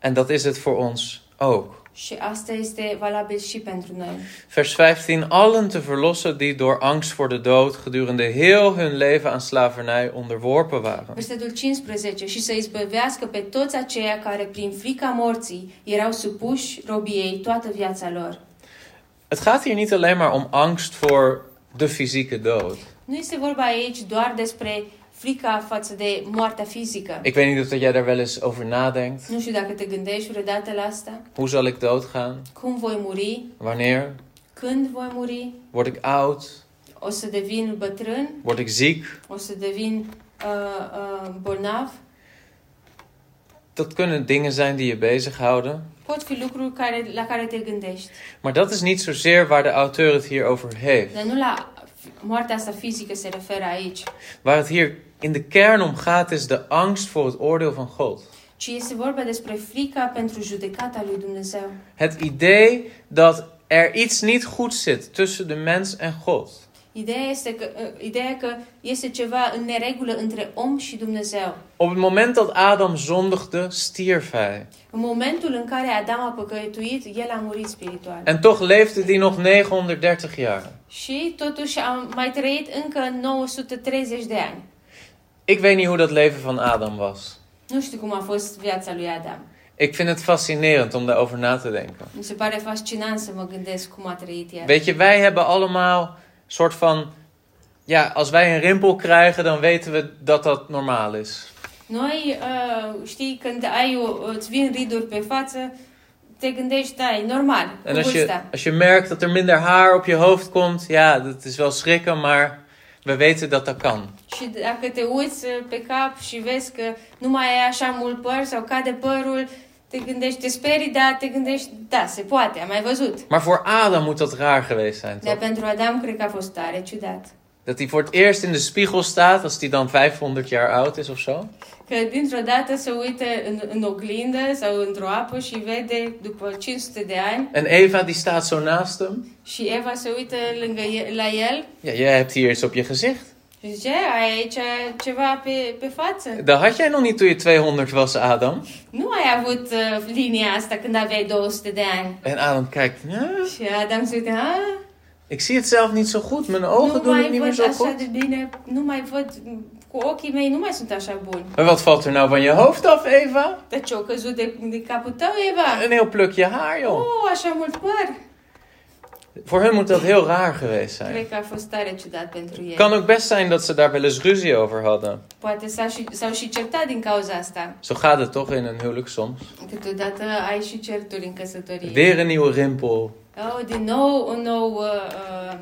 A: En dat is het voor ons ook.
B: și asta este valabil și pentru noi.
A: Vers 15. Allen te verlossen die door angst voor de dood gedurende heel hun leven aan slavernij onderworpen waren.
B: Versetul 15. Și să izbăvească pe toți aceia care prin frica morții erau supuși robiei toată viața lor.
A: Het gaat hier niet alleen maar om angst voor de fysieke dood.
B: Nu este vorba aici doar despre frica față de moartea fizică.
A: Ik weet niet of dat jij daar wel eens over nadenkt.
B: Nu știu dacă te gândești vreodată la asta.
A: Hoe zal ik doodgaan?
B: Cum voi muri?
A: Wanneer?
B: Când voi muri?
A: Word ik oud?
B: O să devin bătrân?
A: Word ik ziek?
B: O să devin uh, uh, bolnav?
A: Dat kunnen dingen zijn die je bezighouden.
B: Pot fi lucruri care, la care te gândești.
A: Maar dat is niet zozeer waar de auteur het hier over heeft.
B: Dar nu la f- moartea asta fizică se referă aici,
A: Waar het hier in de kern om gaat is de angst voor het oordeel van God.
B: ci este vorba despre frica pentru judecata lui Dumnezeu.
A: Het idee dat er iets niet goed zit tussen de mens en God.
B: Ideea este că, uh, ideea că este ceva în neregulă între om și Dumnezeu.
A: Op het moment dat Adam zondigde, stierf hij.
B: În momentul în care Adam a păcătuit, el a murit spiritual.
A: En toch leefde hij nog 930 jaar.
B: Și totuși a mai trăit încă 930 de ani.
A: Ik weet niet hoe dat leven van Adam was.
B: Nu știu cum a fost viața lui Adam.
A: Ik vind het fascinerend om daarover na te denken.
B: Mi se pare fascinant să mă gândesc cum a trăit el.
A: Weet je, wij hebben allemaal soort van. Ja, als wij een rimpel krijgen, dan weten we dat dat normaal is.
B: Noi, uh, știi, când ai o, îți vin riduri pe față, te gândești, da, e normal, cu
A: En als je,
B: vârsta.
A: als je merkt dat er minder haar op je hoofd komt, ja, dat is wel schrikken, maar we weten dat dat kan.
B: Și dacă te uiți uh, pe cap și vezi că nu mai ai așa mult păr sau cade părul, te gândești, te sperii, da, te gândești, da, se poate, am mai văzut.
A: Maar voor Adam moet dat raar geweest zijn,
B: Dar
A: toch?
B: pentru Adam cred că a fost tare ciudat.
A: Dat hij voor het eerst in de spiegel staat, als hij dan 500 jaar oud is of zo.
B: Că dintr-o dată se uită în, în oglindă sau într-o apă și vede după 500 de ani
A: En Eva die staat zo naast hem.
B: și Eva se uită lângă el, la el
A: Ja, jij hebt hier iets op je gezicht.
B: și zice, ai aici ceva pe, pe față.
A: Dat had jij nog niet toen je 200 was, Adam.
B: Nu ai avut uh, linia asta când aveai 200 de ani.
A: En Adam kijkt, "Ja,
B: Și Adam se uită, "Ah, "A,
A: ik zie het zelf niet zo goed. Mijn
B: nu
A: ogen doen het niet
B: mai
A: meer
B: văd
A: zo
B: așa
A: goed.
B: de bine, nu mai văd cu ochii mei, nu mai sunt așa buni.
A: Maar wat valt er nou van je hoofd af, Eva?
B: Dar ce-o căzut de, de capul tău, Eva?
A: Een heel plukje haar, joh.
B: Oh, așa mult păr!
A: Voor hun moet dat heel raar geweest zijn.
B: Cred că a fost tare ciudat pentru ei.
A: kan ook best zijn dat ze daar wel eens ruzie over hadden.
B: Poate s-au și, s-au și certat din cauza asta.
A: Zo gaat het toch in een huwelijk soms.
B: Câteodată ai și certuri în căsătorie.
A: Weer een nieuwe rimpel.
B: Oh, din nou un nou uh, uh,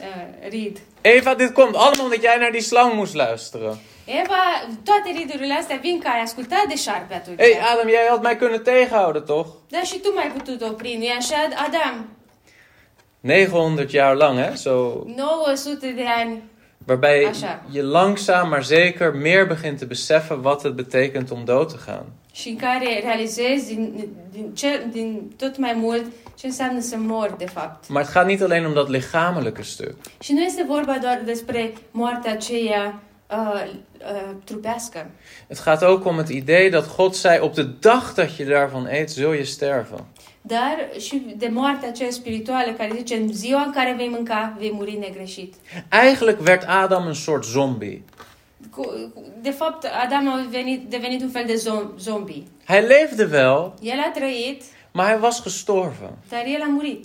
B: uh, rid.
A: Eva, dit komt allemaal omdat jij naar die slang moest luisteren.
B: Eva, toate ridurile astea vin că ai ascultat de șarpe atunci.
A: Hé hey Adam, jij had mij kunnen tegenhouden, toch?
B: Dar și tu m-ai putut opri, nu-i așa, Adam?
A: 900 jaar lang, hè? Zo,
B: 900 de ani.
A: waarbij
B: Asha.
A: je langzaam maar zeker meer begint te beseffen wat het betekent om dood te gaan.
B: Și în care realizezi din, din, ce, din tot mai mult ce înseamnă să mor, de fapt.
A: Maar het gaat niet alleen om dat lichamelijke stuk.
B: Și nu este vorba doar despre moartea aceea uh, uh, trupească,
A: Het gaat ook om het idee dat God zei: op de dag dat je daarvan eet, zul je sterven.
B: dar și de moartea aceea spirituală care zice în ziua în care vei mânca, vei muri negreșit.
A: Eigenlijk werd Adam een soort zombie.
B: Cu, cu- de fapt, Adam a venit, devenit un fel de zom, zombie.
A: Hij leefde wel,
B: El a trăit,
A: maar hij was gestorven.
B: dar el a murit.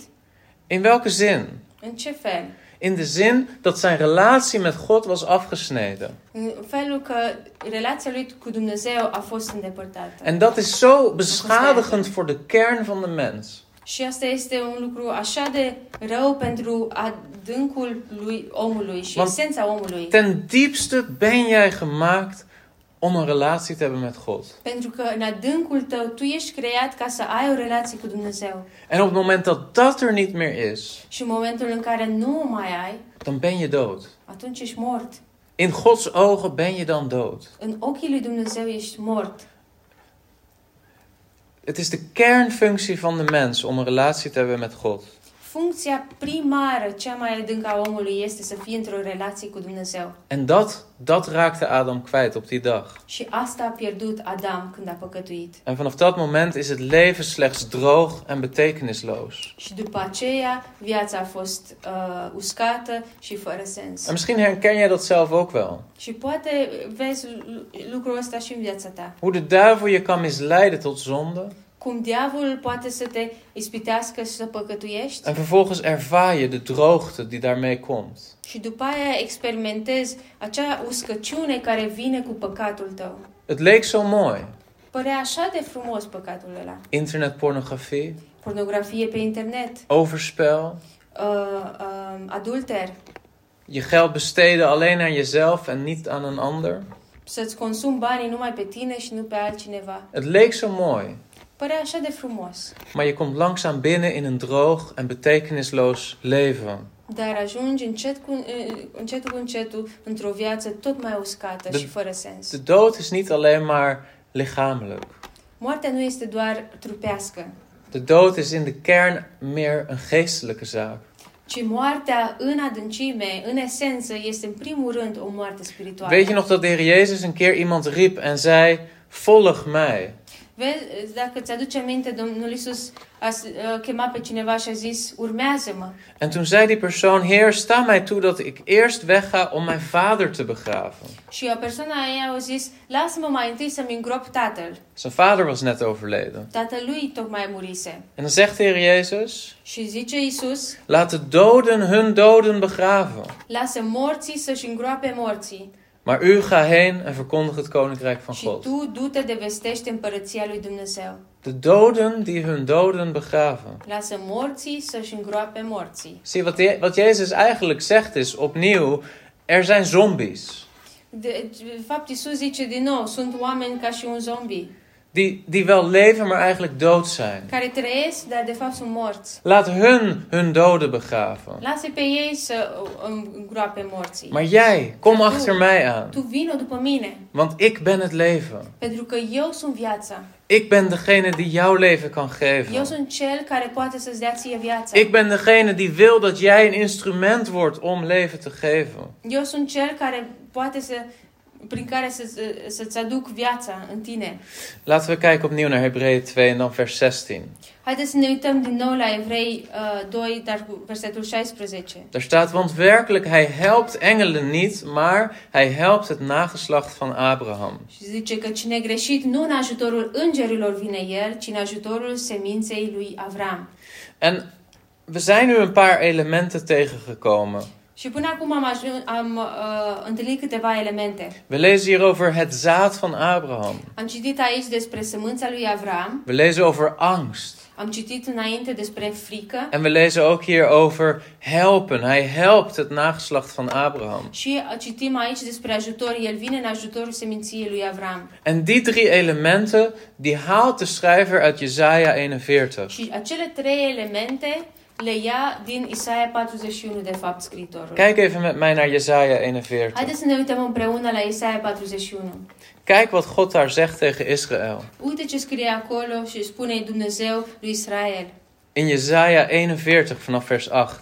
A: In welke zin?
B: În ce fel?
A: In de zin dat zijn relatie met God was afgesneden.
B: În felul că relația lui cu Dumnezeu a fost îndepărtată.
A: En dat is zo beschadigend voor de kern van de mens.
B: Și asta este un lucru așa de rău pentru adâncul lui omului și
A: Mam-
B: esența omului.
A: Ten diepste ben jij gemaakt om een relatie te hebben met God.
B: Pentru că în adâncul tău tu ești creat ca să ai o relație cu Dumnezeu.
A: En op het moment dat dat er niet meer is,
B: Și în momentul în care nu o mai ai,
A: dan ben je dood.
B: atunci ești mort.
A: In Gods ogen ben je dan dood.
B: În ochii lui Dumnezeu ești mort.
A: Het is de kernfunctie van de mens om een relatie te hebben met God.
B: Funcția primară, cea mai adâncă a omului, este să fie într-o relație cu Dumnezeu.
A: En dat, dat raakte Adam kwijt op die dag.
B: Și asta a pierdut Adam când a păcătuit.
A: En vanaf dat moment is het leven slechts droog en betekenisloos.
B: Și după aceea, viața a fost uh, uscată și fără sens.
A: En misschien herken jij dat zelf ook wel.
B: Și poate vezi lu- lucrul ăsta și în viața ta.
A: Hoe de duivel je kan misleiden tot zonde
B: cum diavolul poate să te ispitească și să păcătuiești
A: En vervolgens ervaar je de droogte die daarmee komt.
B: și după aia experimentezi acea uscăciune care vine cu păcatul tău.
A: Het leek zo mooi.
B: Părea așa de frumos păcatul ăla.
A: Internetpornografie,
B: Pornografie pe internet,
A: overspel,
B: uh, uh, adulter,
A: je geld besteden alleen aan jezelf en niet aan een ander.
B: să-ți consumi banii numai pe tine și nu pe altcineva.
A: Het leek zo mooi,
B: Părea așa de frumos,
A: maar je komt langzaam binnen in een droog en betekenisloos leven.
B: dar ajungi încet cu, uh, încetul cu încetul într-o viață tot mai uscată
A: De-
B: și fără sens.
A: De dood is niet alleen maar lichamelijk.
B: Moartea nu este doar trupească,
A: De dood is in de kern meer een geestelijke zaak.
B: ci moartea în adâncime, în esență, este în primul rând o moarte spirituală.
A: Weet je nog dat de Heer Jezus een keer iemand riep en zei: Volg mij.
B: Vezi, dacă ți-aduce aminte, Domnul Iisus a s- a chemat pe cineva și a zis, urmează-mă.
A: En toen zei die persoon: Heer, sta mij toe dat ik eerst wegga om mijn vader te begraven.
B: Și a persoana aia a zis, lasă-mă mai întâi să-mi îngrop tatăl.
A: Zijn vader was net overleden.
B: Tatălui tocmai murise.
A: En dan zegt de Heer Jezus:
B: Și zice Iisus,
A: Laat de doden hun doden begraven.
B: lasă morții să-și îngroape morții.
A: Maar u ga heen en verkondig het koninkrijk van
B: Și
A: God.
B: tu du-te de vestește împărăția lui Dumnezeu.
A: De doden die hun doden begraven.
B: Lasă morții să-și îngroape morții.
A: Zie, wat, Je- wat Jezus eigenlijk zegt is opnieuw: er zijn zombies.
B: De, de fapt, Iisus zice din nou, sunt oameni ca și un zombie,
A: Die, die wel leven, maar eigenlijk dood zijn.
B: care trăiesc, dar de fapt sunt morți.
A: Laat hun hun doden begraven.
B: Lasă pe ei să uh, îngroape morții.
A: Maar jij, kom achter mij aan.
B: Tu vino după mine,
A: Want ik ben het leven.
B: pentru că eu sunt viața.
A: Ik ben degene die jouw leven kan
B: Eu
A: geven.
B: sunt cel care poate să-ți dea ție viața.
A: Ik ben degene die wil dat jij een instrument wordt om leven te geven.
B: Eu sunt cel care poate să prin care să, să-ți aduc viața în tine.
A: Laten we kijken opnieuw naar Hebreeën 2 en dan vers 16.
B: Haideți să ne uităm din nou la Evrei uh, 2, dar cu versetul 16.
A: Daar staat, want werkelijk, hij helpt engelen niet, maar hij helpt het nageslacht van Abraham.
B: Și zice că cine greșit nu în ajutorul îngerilor vine el, ci în ajutorul seminței lui Avram.
A: En we zijn nu een paar elementen tegengekomen.
B: Și până acum am, ajun, am uh, întâlnit câteva elemente.
A: We lezen hier over het zaad van Abraham.
B: Am citit aici despre sămânța lui Avram,
A: We lezen over angst.
B: am citit înainte despre frică
A: En we lezen ook hier over helpen. Hij helpt het nageslacht van Abraham.
B: și uh, citim aici despre ajutor. El vine în ajutorul seminției lui Avram.
A: En die drie elementen, die haalt de schrijver uit Jesaja 41.
B: Și acele trei elemente le ia din Isaia 41, de fapt, scriitorul.
A: Kijk even met mij naar Jesaja 41.
B: Haideți să ne uităm împreună la Isaia 41.
A: Kijk wat God daar zegt tegen Israël.
B: Uite ce scrie acolo și spune Dumnezeu lui Israel.
A: In Jesaja 41 vanaf vers 8.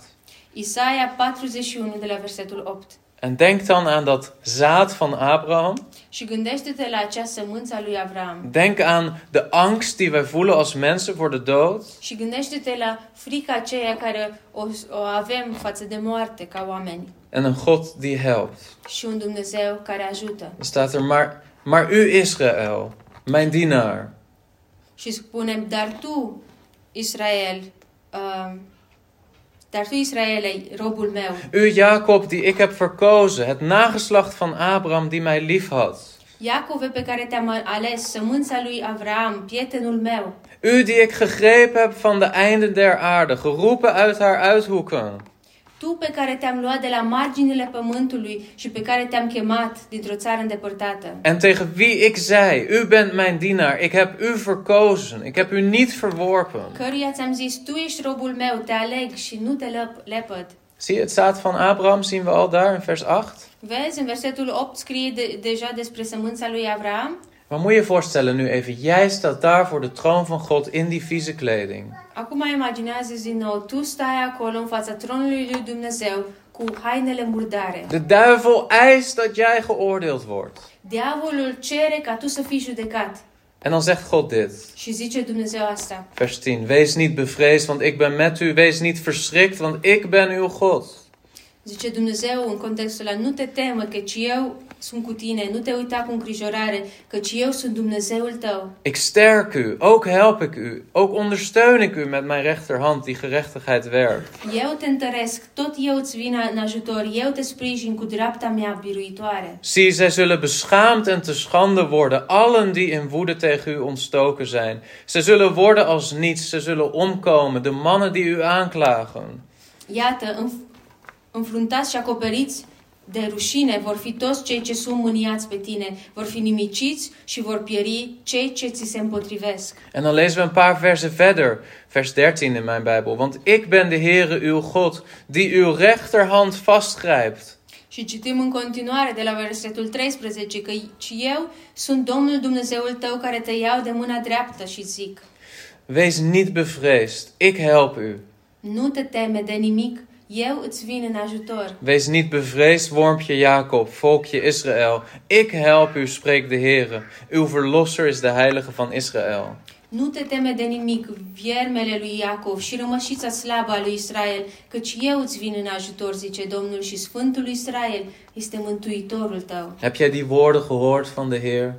B: Isaia 41, de la versetul 8.
A: En denk dan aan dat zaad van Abraham.
B: Și gândește-te la acea sămânță a lui Avram.
A: Denk aan de angst die wij voelen als mensen voor de dood.
B: Și gândește-te la frica aceea care o, o avem față de moarte ca oameni.
A: En een God die helpt.
B: Și un Dumnezeu care ajută.
A: Dan staat er, maar, maar u Israël, mijn dienaar.
B: Și spune, dar tu, Israel, uh, dar tu, Israele, robul meu,
A: U Jacob die ik heb verkozen, het nageslacht van Abraham die mij liefhad.
B: Iacove pe care te-am ales, sămânța lui Avram, prietenul meu,
A: U die ik gegrepen heb van de einden der aarde, geroepen uit haar uithoeken.
B: Tu pe care te-am luat de la marginile pământului și pe care te-am chemat dintr-o țară îndepărtată
A: En tegen wie ik zei, u bent mijn dienaar, ik heb u verkozen, ik heb u niet verworpen.
B: Căruia ți-am zis, tu ești robul meu, te aleg și nu te lăp- lepăd
A: Zie je, het zaad van Abraham zien we al daar in vers 8.
B: Vezi, în versetul 8 scrie de- deja despre sămânța lui Avram
A: Maar moet je je voorstellen nu even, jij staat daar voor de troon van God in die vieze kleding.
B: Acum imaginează din nou, tu stai acolo în fața tronului lui Dumnezeu cu hainele murdare
A: De duivel eist dat jij geoordeeld wordt.
B: Diavolul cere ca tu să fii judecat
A: En dan zegt God dit.
B: și zice Dumnezeu asta
A: Vers 10. Wees niet bevreesd, want ik ben met u. Wees niet verschrikt, want ik ben uw God.
B: Zice Dumnezeu în contextul ăla, nu te temă, căci eu sunt cu tine, nu te uita cu îngrijorare, căci eu sunt Dumnezeul tău.
A: Ik sterk u, ook help ik u, ook ondersteun ik u met mijn rechterhand die gerechtigheid werkt.
B: Eu te întăresc, tot eu îți vin în ajutor, eu te sprijin cu dreapta mea biruitoare.
A: Zie, zij zullen beschaamd en te schande worden, allen die in woede tegen u ontstoken zijn. Zij zullen worden als niets, zij zullen omkomen, de mannen die u aanklagen.
B: Iată, înf- înfruntați și acoperiți de rușine vor fi toți cei ce sunt mâniați pe tine, vor fi nimiciți și vor pieri cei ce ți se împotrivesc.
A: En dan lezen we een paar versen verder, vers 13 in mijn Bijbel. Want ik ben de Heere uw God, die uw rechterhand vastgrijpt.
B: Și citim în continuare de la versetul 13 că ci eu sunt Domnul Dumnezeul tău care te iau de mâna dreaptă și zic,
A: Wees niet bevreesd, ik help u.
B: nu te teme de nimic, eu îți vin în ajutor.
A: Wees niet bevreesd, wormpje Jacob, volkje Israël. Ik help u, spreekt de Heere. Uw verlosser is de Heilige van Israël.
B: Nu te teme de nimic, viermele lui Iacov și rămășița slabă a lui Israel, căci eu îți vin în ajutor, zice Domnul și Sfântul lui Israel este mântuitorul tău.
A: Heb jij die woorden gehoord van de Heer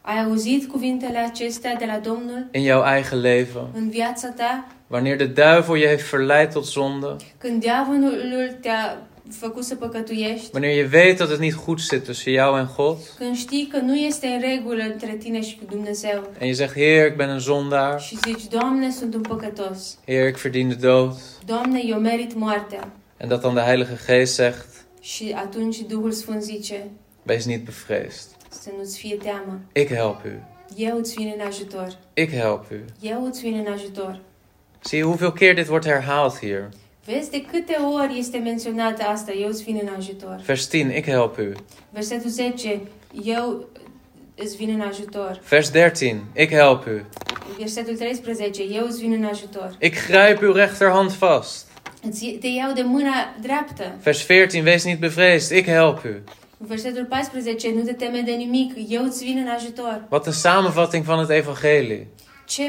B: Ai auzit cuvintele acestea de la Domnul
A: in jouw eigen leven?
B: în viața ta?
A: Wanneer de duivel je heeft verleid tot zonde,
B: Când diavolul te-a făcut să păcătuiești?
A: wanneer je weet dat het niet goed zit tussen jou en God,
B: Când știi că nu este în regulă între tine și cu Dumnezeu
A: en je zegt: Heer, ik ben een zondaar.
B: și zici, Doamne, sunt un păcătos,
A: Heer, ik verdien de dood.
B: Doamne, eu merit moartea.
A: En dat dan de Heilige Geest zegt:
B: Și atunci Duhul Sfânt zice,
A: Wees niet bevreesd.
B: să nu-ți fie teamă,
A: Ik help u.
B: eu îți vin în ajutor,
A: Ik help u.
B: eu îți vin în ajutor.
A: Zie je hoeveel keer dit wordt herhaald hier?
B: Vezi de câte ori este menționată asta, eu îți vin în ajutor.
A: Vers 10, ik help u.
B: Versetul 10, eu îți vin în ajutor.
A: Vers 13, ik help u.
B: Versetul 13, eu îți vin în ajutor.
A: Ik grijp uw rechterhand vast.
B: Îți- Te iau de mâna dreaptă.
A: Vers 14, wees niet bevreesd, ik help u.
B: Versetul 14, nu te teme de nimic, eu îți vin în ajutor.
A: Wat een samenvatting van het evangelie.
B: Ce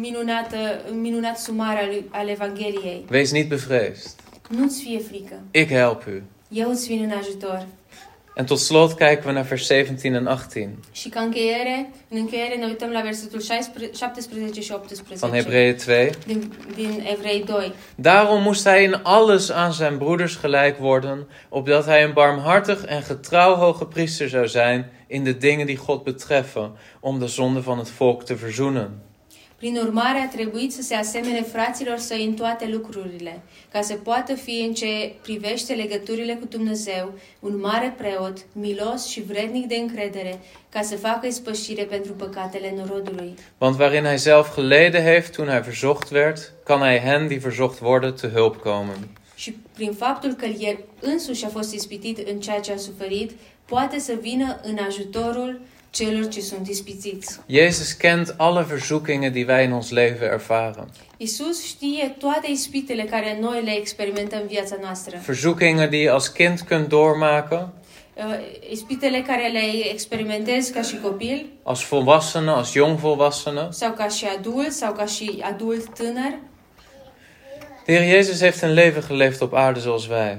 B: minunată, minunat sumar al, al Evangheliei.
A: Wees niet bevreesd,
B: Nu-ți fie frică.
A: ik help u.
B: Eu îți vin în ajutor.
A: En tot slot kijken we naar vers 17 en 18
B: Și ca încheiere, în încheiere ne uităm la versetul 16, 17 și 18.
A: van Hebreeën 2.
B: Din, din Evrei 2.
A: Daarom moest hij in alles aan zijn broeders gelijk worden, opdat hij een barmhartig en getrouw hoge priester zou zijn in de dingen die God betreffen, om de zonde van het volk te verzoenen.
B: Prin urmare a trebuit să se asemene fraților săi în toate lucrurile, ca să poată fi în ce privește legăturile cu Dumnezeu, un mare preot, milos și vrednic de încredere, ca să facă ispășire pentru păcatele norodului.
A: Want waarin hij zelf geleden heeft toen hij verzocht werd, kan hij hen die verzocht worden te hulp komen.
B: Și prin faptul că el însuși a fost ispitit în ceea ce a suferit, poate să vină în ajutorul celor ce sunt ispitiți.
A: Jezus kent alle verzoekingen die wij in ons leven ervaren.
B: Isus știe toate ispitele care noi le experimentăm în viața noastră.
A: Verzoekingen die je als kind kunt doormaken,
B: Uh, Ispitele care le experimentezi ca și copil,
A: als volwassene, als jongvolwassene.
B: sau ca și adult, sau ca și adult tânăr.
A: De Heer Jezus heeft een leven geleefd op aarde zoals wij.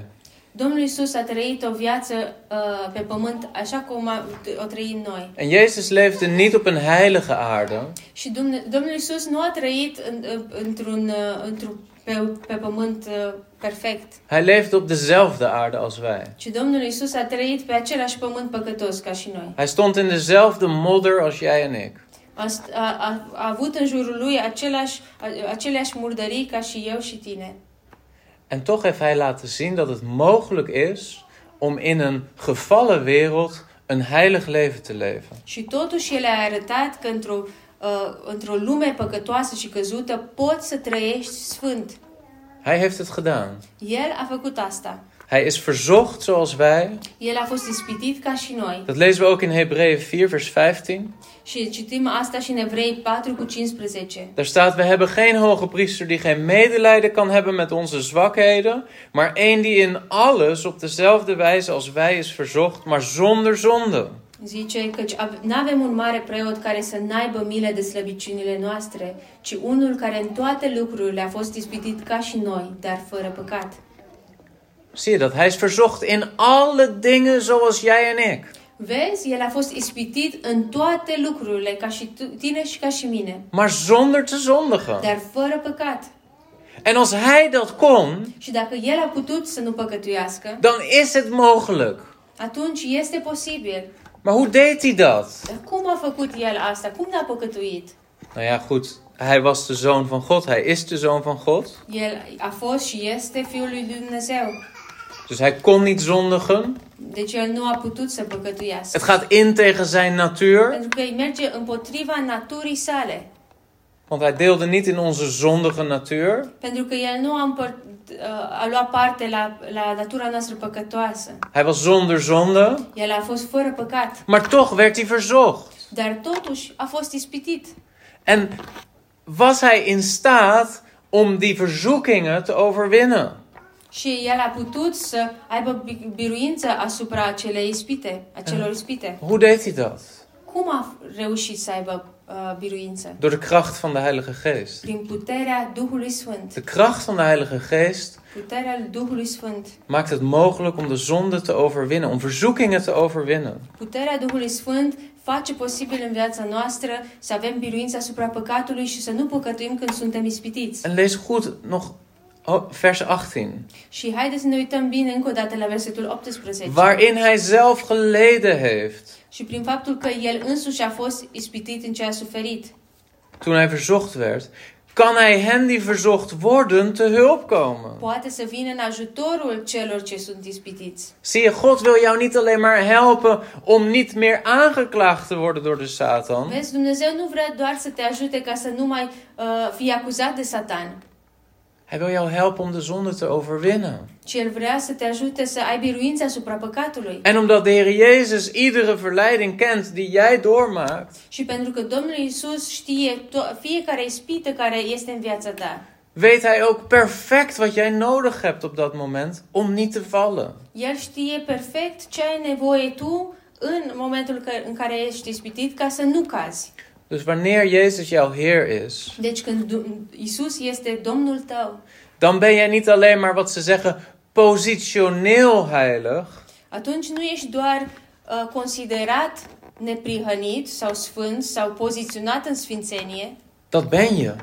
B: Domnul Isus a trăit o viață uh, pe pământ așa cum a, o trăim noi.
A: En Jezus leefde niet op een heilige aarde,
B: Și Dumne- Domnul Isus nu a trăit în, într-un, uh, într-un pe, pe pământ uh, perfect,
A: hij leefde op dezelfde aarde als wij.
B: ci Domnul Isus a trăit pe același pământ păcătos ca și noi.
A: Hij stond in dezelfde modder als jij en ik.
B: A, st- a, a, a avut în jurul lui același, a, aceleași murdării ca și eu și tine.
A: En toch heeft hij laten zien dat het mogelijk is om in een gevallen wereld een heilig leven te leven.
B: Și totuși El a arătat că într-o, uh, într-o lume păcătoasă și căzută poți să trăiești sfânt.
A: Hij heeft het gedaan.
B: El a făcut asta.
A: Hij is verzocht zoals wij.
B: El a fost ispitit ca și noi.
A: Dat lezen we ook in Hebreeën 4, vers 15.
B: Și citim asta și în Evrei 4 cu 15.
A: Daar staat: We hebben geen hoge priester die geen medelijden kan hebben met onze zwakheden, maar één die in alles op dezelfde wijze als wij is verzocht, maar zonder zonde.
B: Zice că nu avem un mare preot care să n-aibă milă de slăbiciunile noastre, ci unul care în toate lucrurile a fost ispitit ca și noi, dar fără păcat.
A: Zie je dat? Hij is verzocht in alle dingen zoals jij en ik.
B: Vezi, el a fost ispitit în toate lucrurile, ca și tu- tine și ca și mine,
A: Maar zonder te zondigen.
B: dar fără păcat.
A: En als hij dat kon,
B: Și dacă el a putut să nu păcătuiască,
A: dan is het mogelijk.
B: atunci este posibil.
A: Maar hoe deed hij dat?
B: Dar cum a făcut el asta? Cum n-a păcătuit?
A: Nou ja, goed. Hij was de zoon van God. Hij is de zoon van God.
B: El a fost și este Fiul lui Dumnezeu.
A: Dus hij kon niet zondigen.
B: Deci el nu a putut să păcătuiască.
A: Het gaat in tegen zijn natuur.
B: Pentru că îi merge împotriva naturii sale.
A: Want hij deelde niet in onze zondige natuur.
B: Pentru că el nu a, împăr- uh, a luat parte la, la natura noastră păcătoasă.
A: Hij was zonder zonde.
B: El a fost fără păcat,
A: Maar toch werd hij verzocht.
B: dar totuși a fost ispitit.
A: En was hij in staat om die verzoekingen te overwinnen?
B: Și el a putut să aibă bi- biruință asupra acelei ispite, acelor ispite.
A: Hoe deed hij dat?
B: Cum a reușit să aibă uh, biruință?
A: Door de kracht van de Heilige Geest.
B: Prin puterea Duhului Sfânt.
A: De kracht van de Heilige Geest
B: Puterea Duhului Sfânt.
A: maakt het mogelijk om de zonde te overwinnen, om verzoekingen te overwinnen.
B: Puterea Duhului Sfânt face posibil în viața noastră să avem biruința asupra păcatului și să nu păcătuim când suntem ispitiți.
A: En lees goed nog oh, vers 18,
B: Și haideți să ne uităm bine încă o dată la versetul 18.
A: waarin hij zelf geleden heeft
B: și prin faptul că el însuși a fost ispitit în ce a suferit.
A: toen hij verzocht werd. Kan hij hen die verzocht worden te hulp komen?
B: Poate să vină în ajutorul celor ce sunt ispitiți.
A: Zie je, God wil jou niet alleen maar helpen om niet meer aangeklaagd te worden door de Satan.
B: Vezi, Dumnezeu nu vrea doar să te ajute ca să nu mai uh, fii acuzat de Satan,
A: Hij wil jou helpen om de zonde te overwinnen.
B: ci el vrea să te ajute să ai biruința asupra păcatului.
A: En omdat de Heer Jezus iedere verleiding kent die jij doormaakt,
B: Și pentru că Domnul Isus știe to- fiecare ispită care este în viața ta.
A: weet Hij ook perfect wat jij nodig hebt op dat moment om niet te vallen.
B: El știe perfect ce ai nevoie tu în momentul că, în care ești ispitit ca să nu cazi.
A: Dus wanneer Jezus jouw Heer is,
B: Deci când Du- Isus este Domnul tău,
A: dan ben jij niet alleen maar wat ze zeggen positioneel heilig,
B: atunci nu ești doar uh, considerat neprihănit sau sfânt sau poziționat în sfințenie,
A: dat ben je.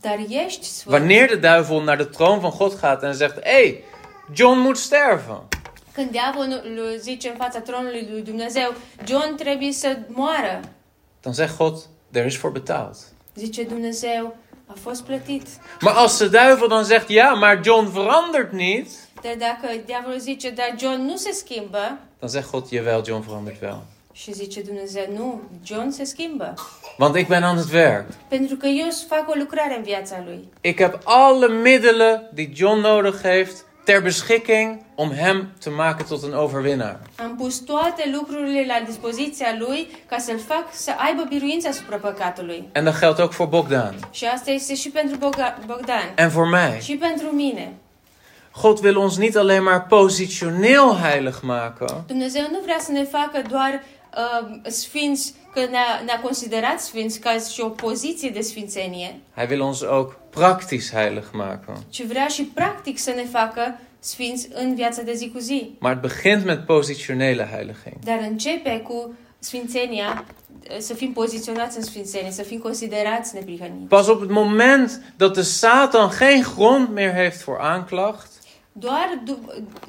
B: dar ești sfânt.
A: Wanneer de duivel naar de troon van God gaat en zegt: Hé, hey, John moet sterven.
B: Când diavolul zice în fața tronului lui Dumnezeu, John trebuie să moară,
A: Dan zegt God, er is voor betaald.
B: zice Dumnezeu, a fost plătit.
A: Maar als de duivel dan zegt, ja, maar John verandert niet.
B: Dar dacă diavolul zice, dar John nu se schimbă,
A: Dan zegt God, jawel, John verandert wel.
B: Și zice Dumnezeu, nu, John se schimbă.
A: Want ik ben aan het werk.
B: Pentru că eu îți fac o lucrare în viața lui.
A: Ik heb alle middelen die John nodig heeft ter beschikking om hem te maken tot een overwinnaar.
B: Am pus toate lucrurile la dispoziția lui ca să-l fac să aibă biruința asupra păcatului.
A: En dat geldt ook voor Bogdan.
B: Și asta este și pentru Boga- Bogdan.
A: En voor mij.
B: Și pentru mine.
A: God wil ons niet alleen maar positioneel heilig maken.
B: Dumnezeu nu vrea să ne facă doar uh, sfinți, că ne-a, ne-a considerat sfinți ca și o poziție de sfințenie,
A: Hij wil ons ook praktisch heilig maken.
B: ci vrea și practic să ne facă sfinți în viața de zi cu zi.
A: Maar het begint met positionele heiliging.
B: Dar începe cu sfințenia, să fim poziționați în sfințenie, să fim considerați neprihăniți.
A: Pas op het moment dat de Satan geen grond meer heeft voor aanklacht,
B: Doar du-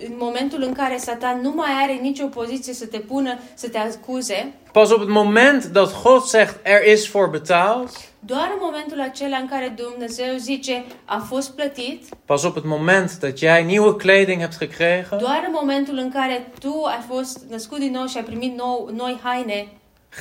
B: în momentul în care Satan nu mai are nicio poziție să te pună, să te acuze,
A: pas op het moment dat God zegt er is voor betaald,
B: doar în momentul acela în care Dumnezeu zice a fost plătit,
A: pas op het moment dat jij nieuwe kleding hebt gekregen,
B: doar în momentul în care tu ai fost născut din nou și ai primit nou, noi haine,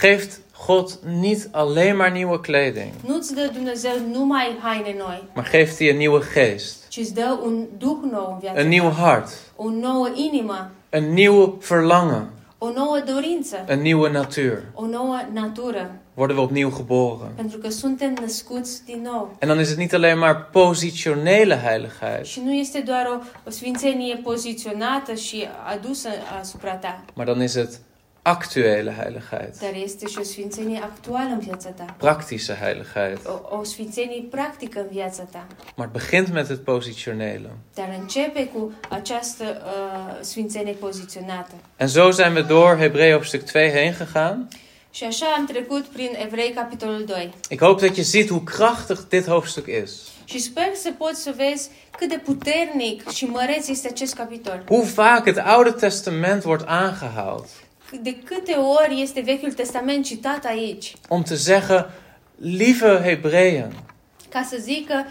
A: geeft God niet alleen maar nieuwe kleding,
B: nu-ți dă Dumnezeu numai haine noi,
A: maar geeft hij een nieuwe geest,
B: ci îți dă un duh nou în viață,
A: een nieuw hart,
B: o nouă inimă,
A: een nieuw verlangen,
B: o nouă dorință,
A: een nieuwe natuur.
B: o nouă natură.
A: Worden we opnieuw geboren.
B: Pentru că suntem născuți din nou.
A: En dan is het niet alleen maar positionele heiligheid,
B: Și nu este doar o, o sfințenie poziționată și adusă asupra ta,
A: maar dan is het actuele heiligheid,
B: dar este și o sfințenie actuală în viața ta.
A: praktische heiligheid.
B: O, o sfințenie practică în viața ta.
A: Maar het begint met het positionelen.
B: Dar începe cu această uh, sfințenie poziționată.
A: En zo zijn we door Hebreeën hoofdstuk 2 heen gegaan.
B: Și așa am trecut prin Evrei, capitolul 2.
A: Ik hoop dat je ziet hoe krachtig dit hoofdstuk is.
B: Și sper să poți să vezi cât de puternic și măreț este acest capitol.
A: Hoe vaak het Oude Testament wordt aangehaald
B: De câte ori este Vechiul Testament citat aici,
A: om te zeggen: Lieve Hebreeën,
B: ca să zică,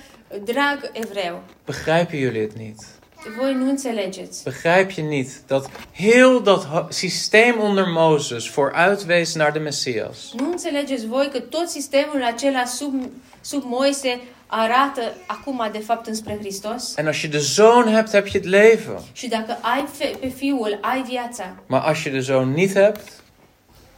B: drag evreu,
A: begrijpen jullie het niet?
B: voi nu înțelegeți.
A: Begrijp je niet dat heel dat ho- systeem onder Mozes vooruitwees naar de Messias?
B: Nu înțelegeți voi că tot sistemul acela sub, sub Moise arată acum, de fapt, înspre Hristos?
A: En als je de zoon hebt, heb je het leven.
B: Și dacă ai fe- pe Fiul, ai viața.
A: Maar als je de zoon niet hebt,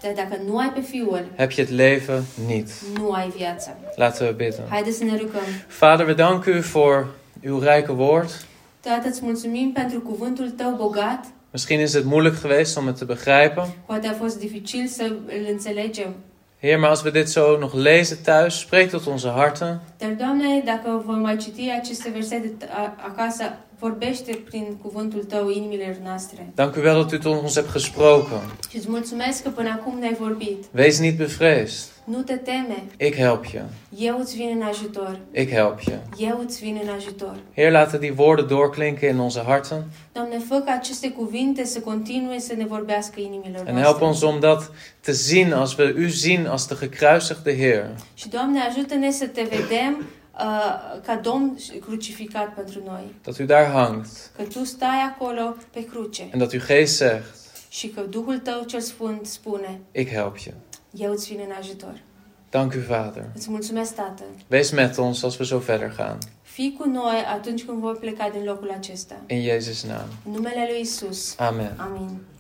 B: Dar dacă nu ai pe Fiul,
A: heb je het leven niet.
B: nu ai viața.
A: Laten we bidden.
B: Haideți să ne rugăm.
A: Vader, we danken u voor uw rijke woord.
B: Tată, îți mulțumim pentru cuvântul tău bogat.
A: Misschien is het moeilijk geweest om het te begrijpen.
B: Poate a fost dificil să îl înțelegem.
A: Heer, maar als we dit zo nog lezen thuis, spreek tot onze harten.
B: Dar, Doamne, dacă vom mai citi aceste versete t- a- acasă, vorbește prin cuvântul Tău inimilor noastre.
A: Dank u wel dat u tot ons hebt gesproken.
B: Și îți mulțumesc că până acum ne-ai vorbit.
A: Wees niet bevreesd.
B: Nu te teme,
A: Ik help je.
B: eu îți vin în ajutor.
A: Ik help je.
B: Eu îți vin în ajutor.
A: Heer, laten die woorden doorklinken in onze harten.
B: Doamne, fă ca aceste cuvinte să continue să ne vorbească inimilor
A: En help
B: noastre.
A: ons om dat te zien als we u zien als de gekruisigde Heer.
B: Și, Doamne, ajută-ne să te vedem uh, ca Domn crucificat pentru noi.
A: Dat u daar hangt.
B: Că Tu stai acolo pe cruce
A: En dat uw geest zegt,
B: și că Duhul Tău cel Sfânt spune,
A: ik help je.
B: eu îți vin în ajutor.
A: Dank u, Vader.
B: Îți mulțumesc, Tată.
A: Wees met ons als we zo verder gaan.
B: Fii cu noi atunci când vom pleca din locul acesta.
A: In Jezus' naam.
B: În numele lui Isus.
A: Amen.
B: Amin.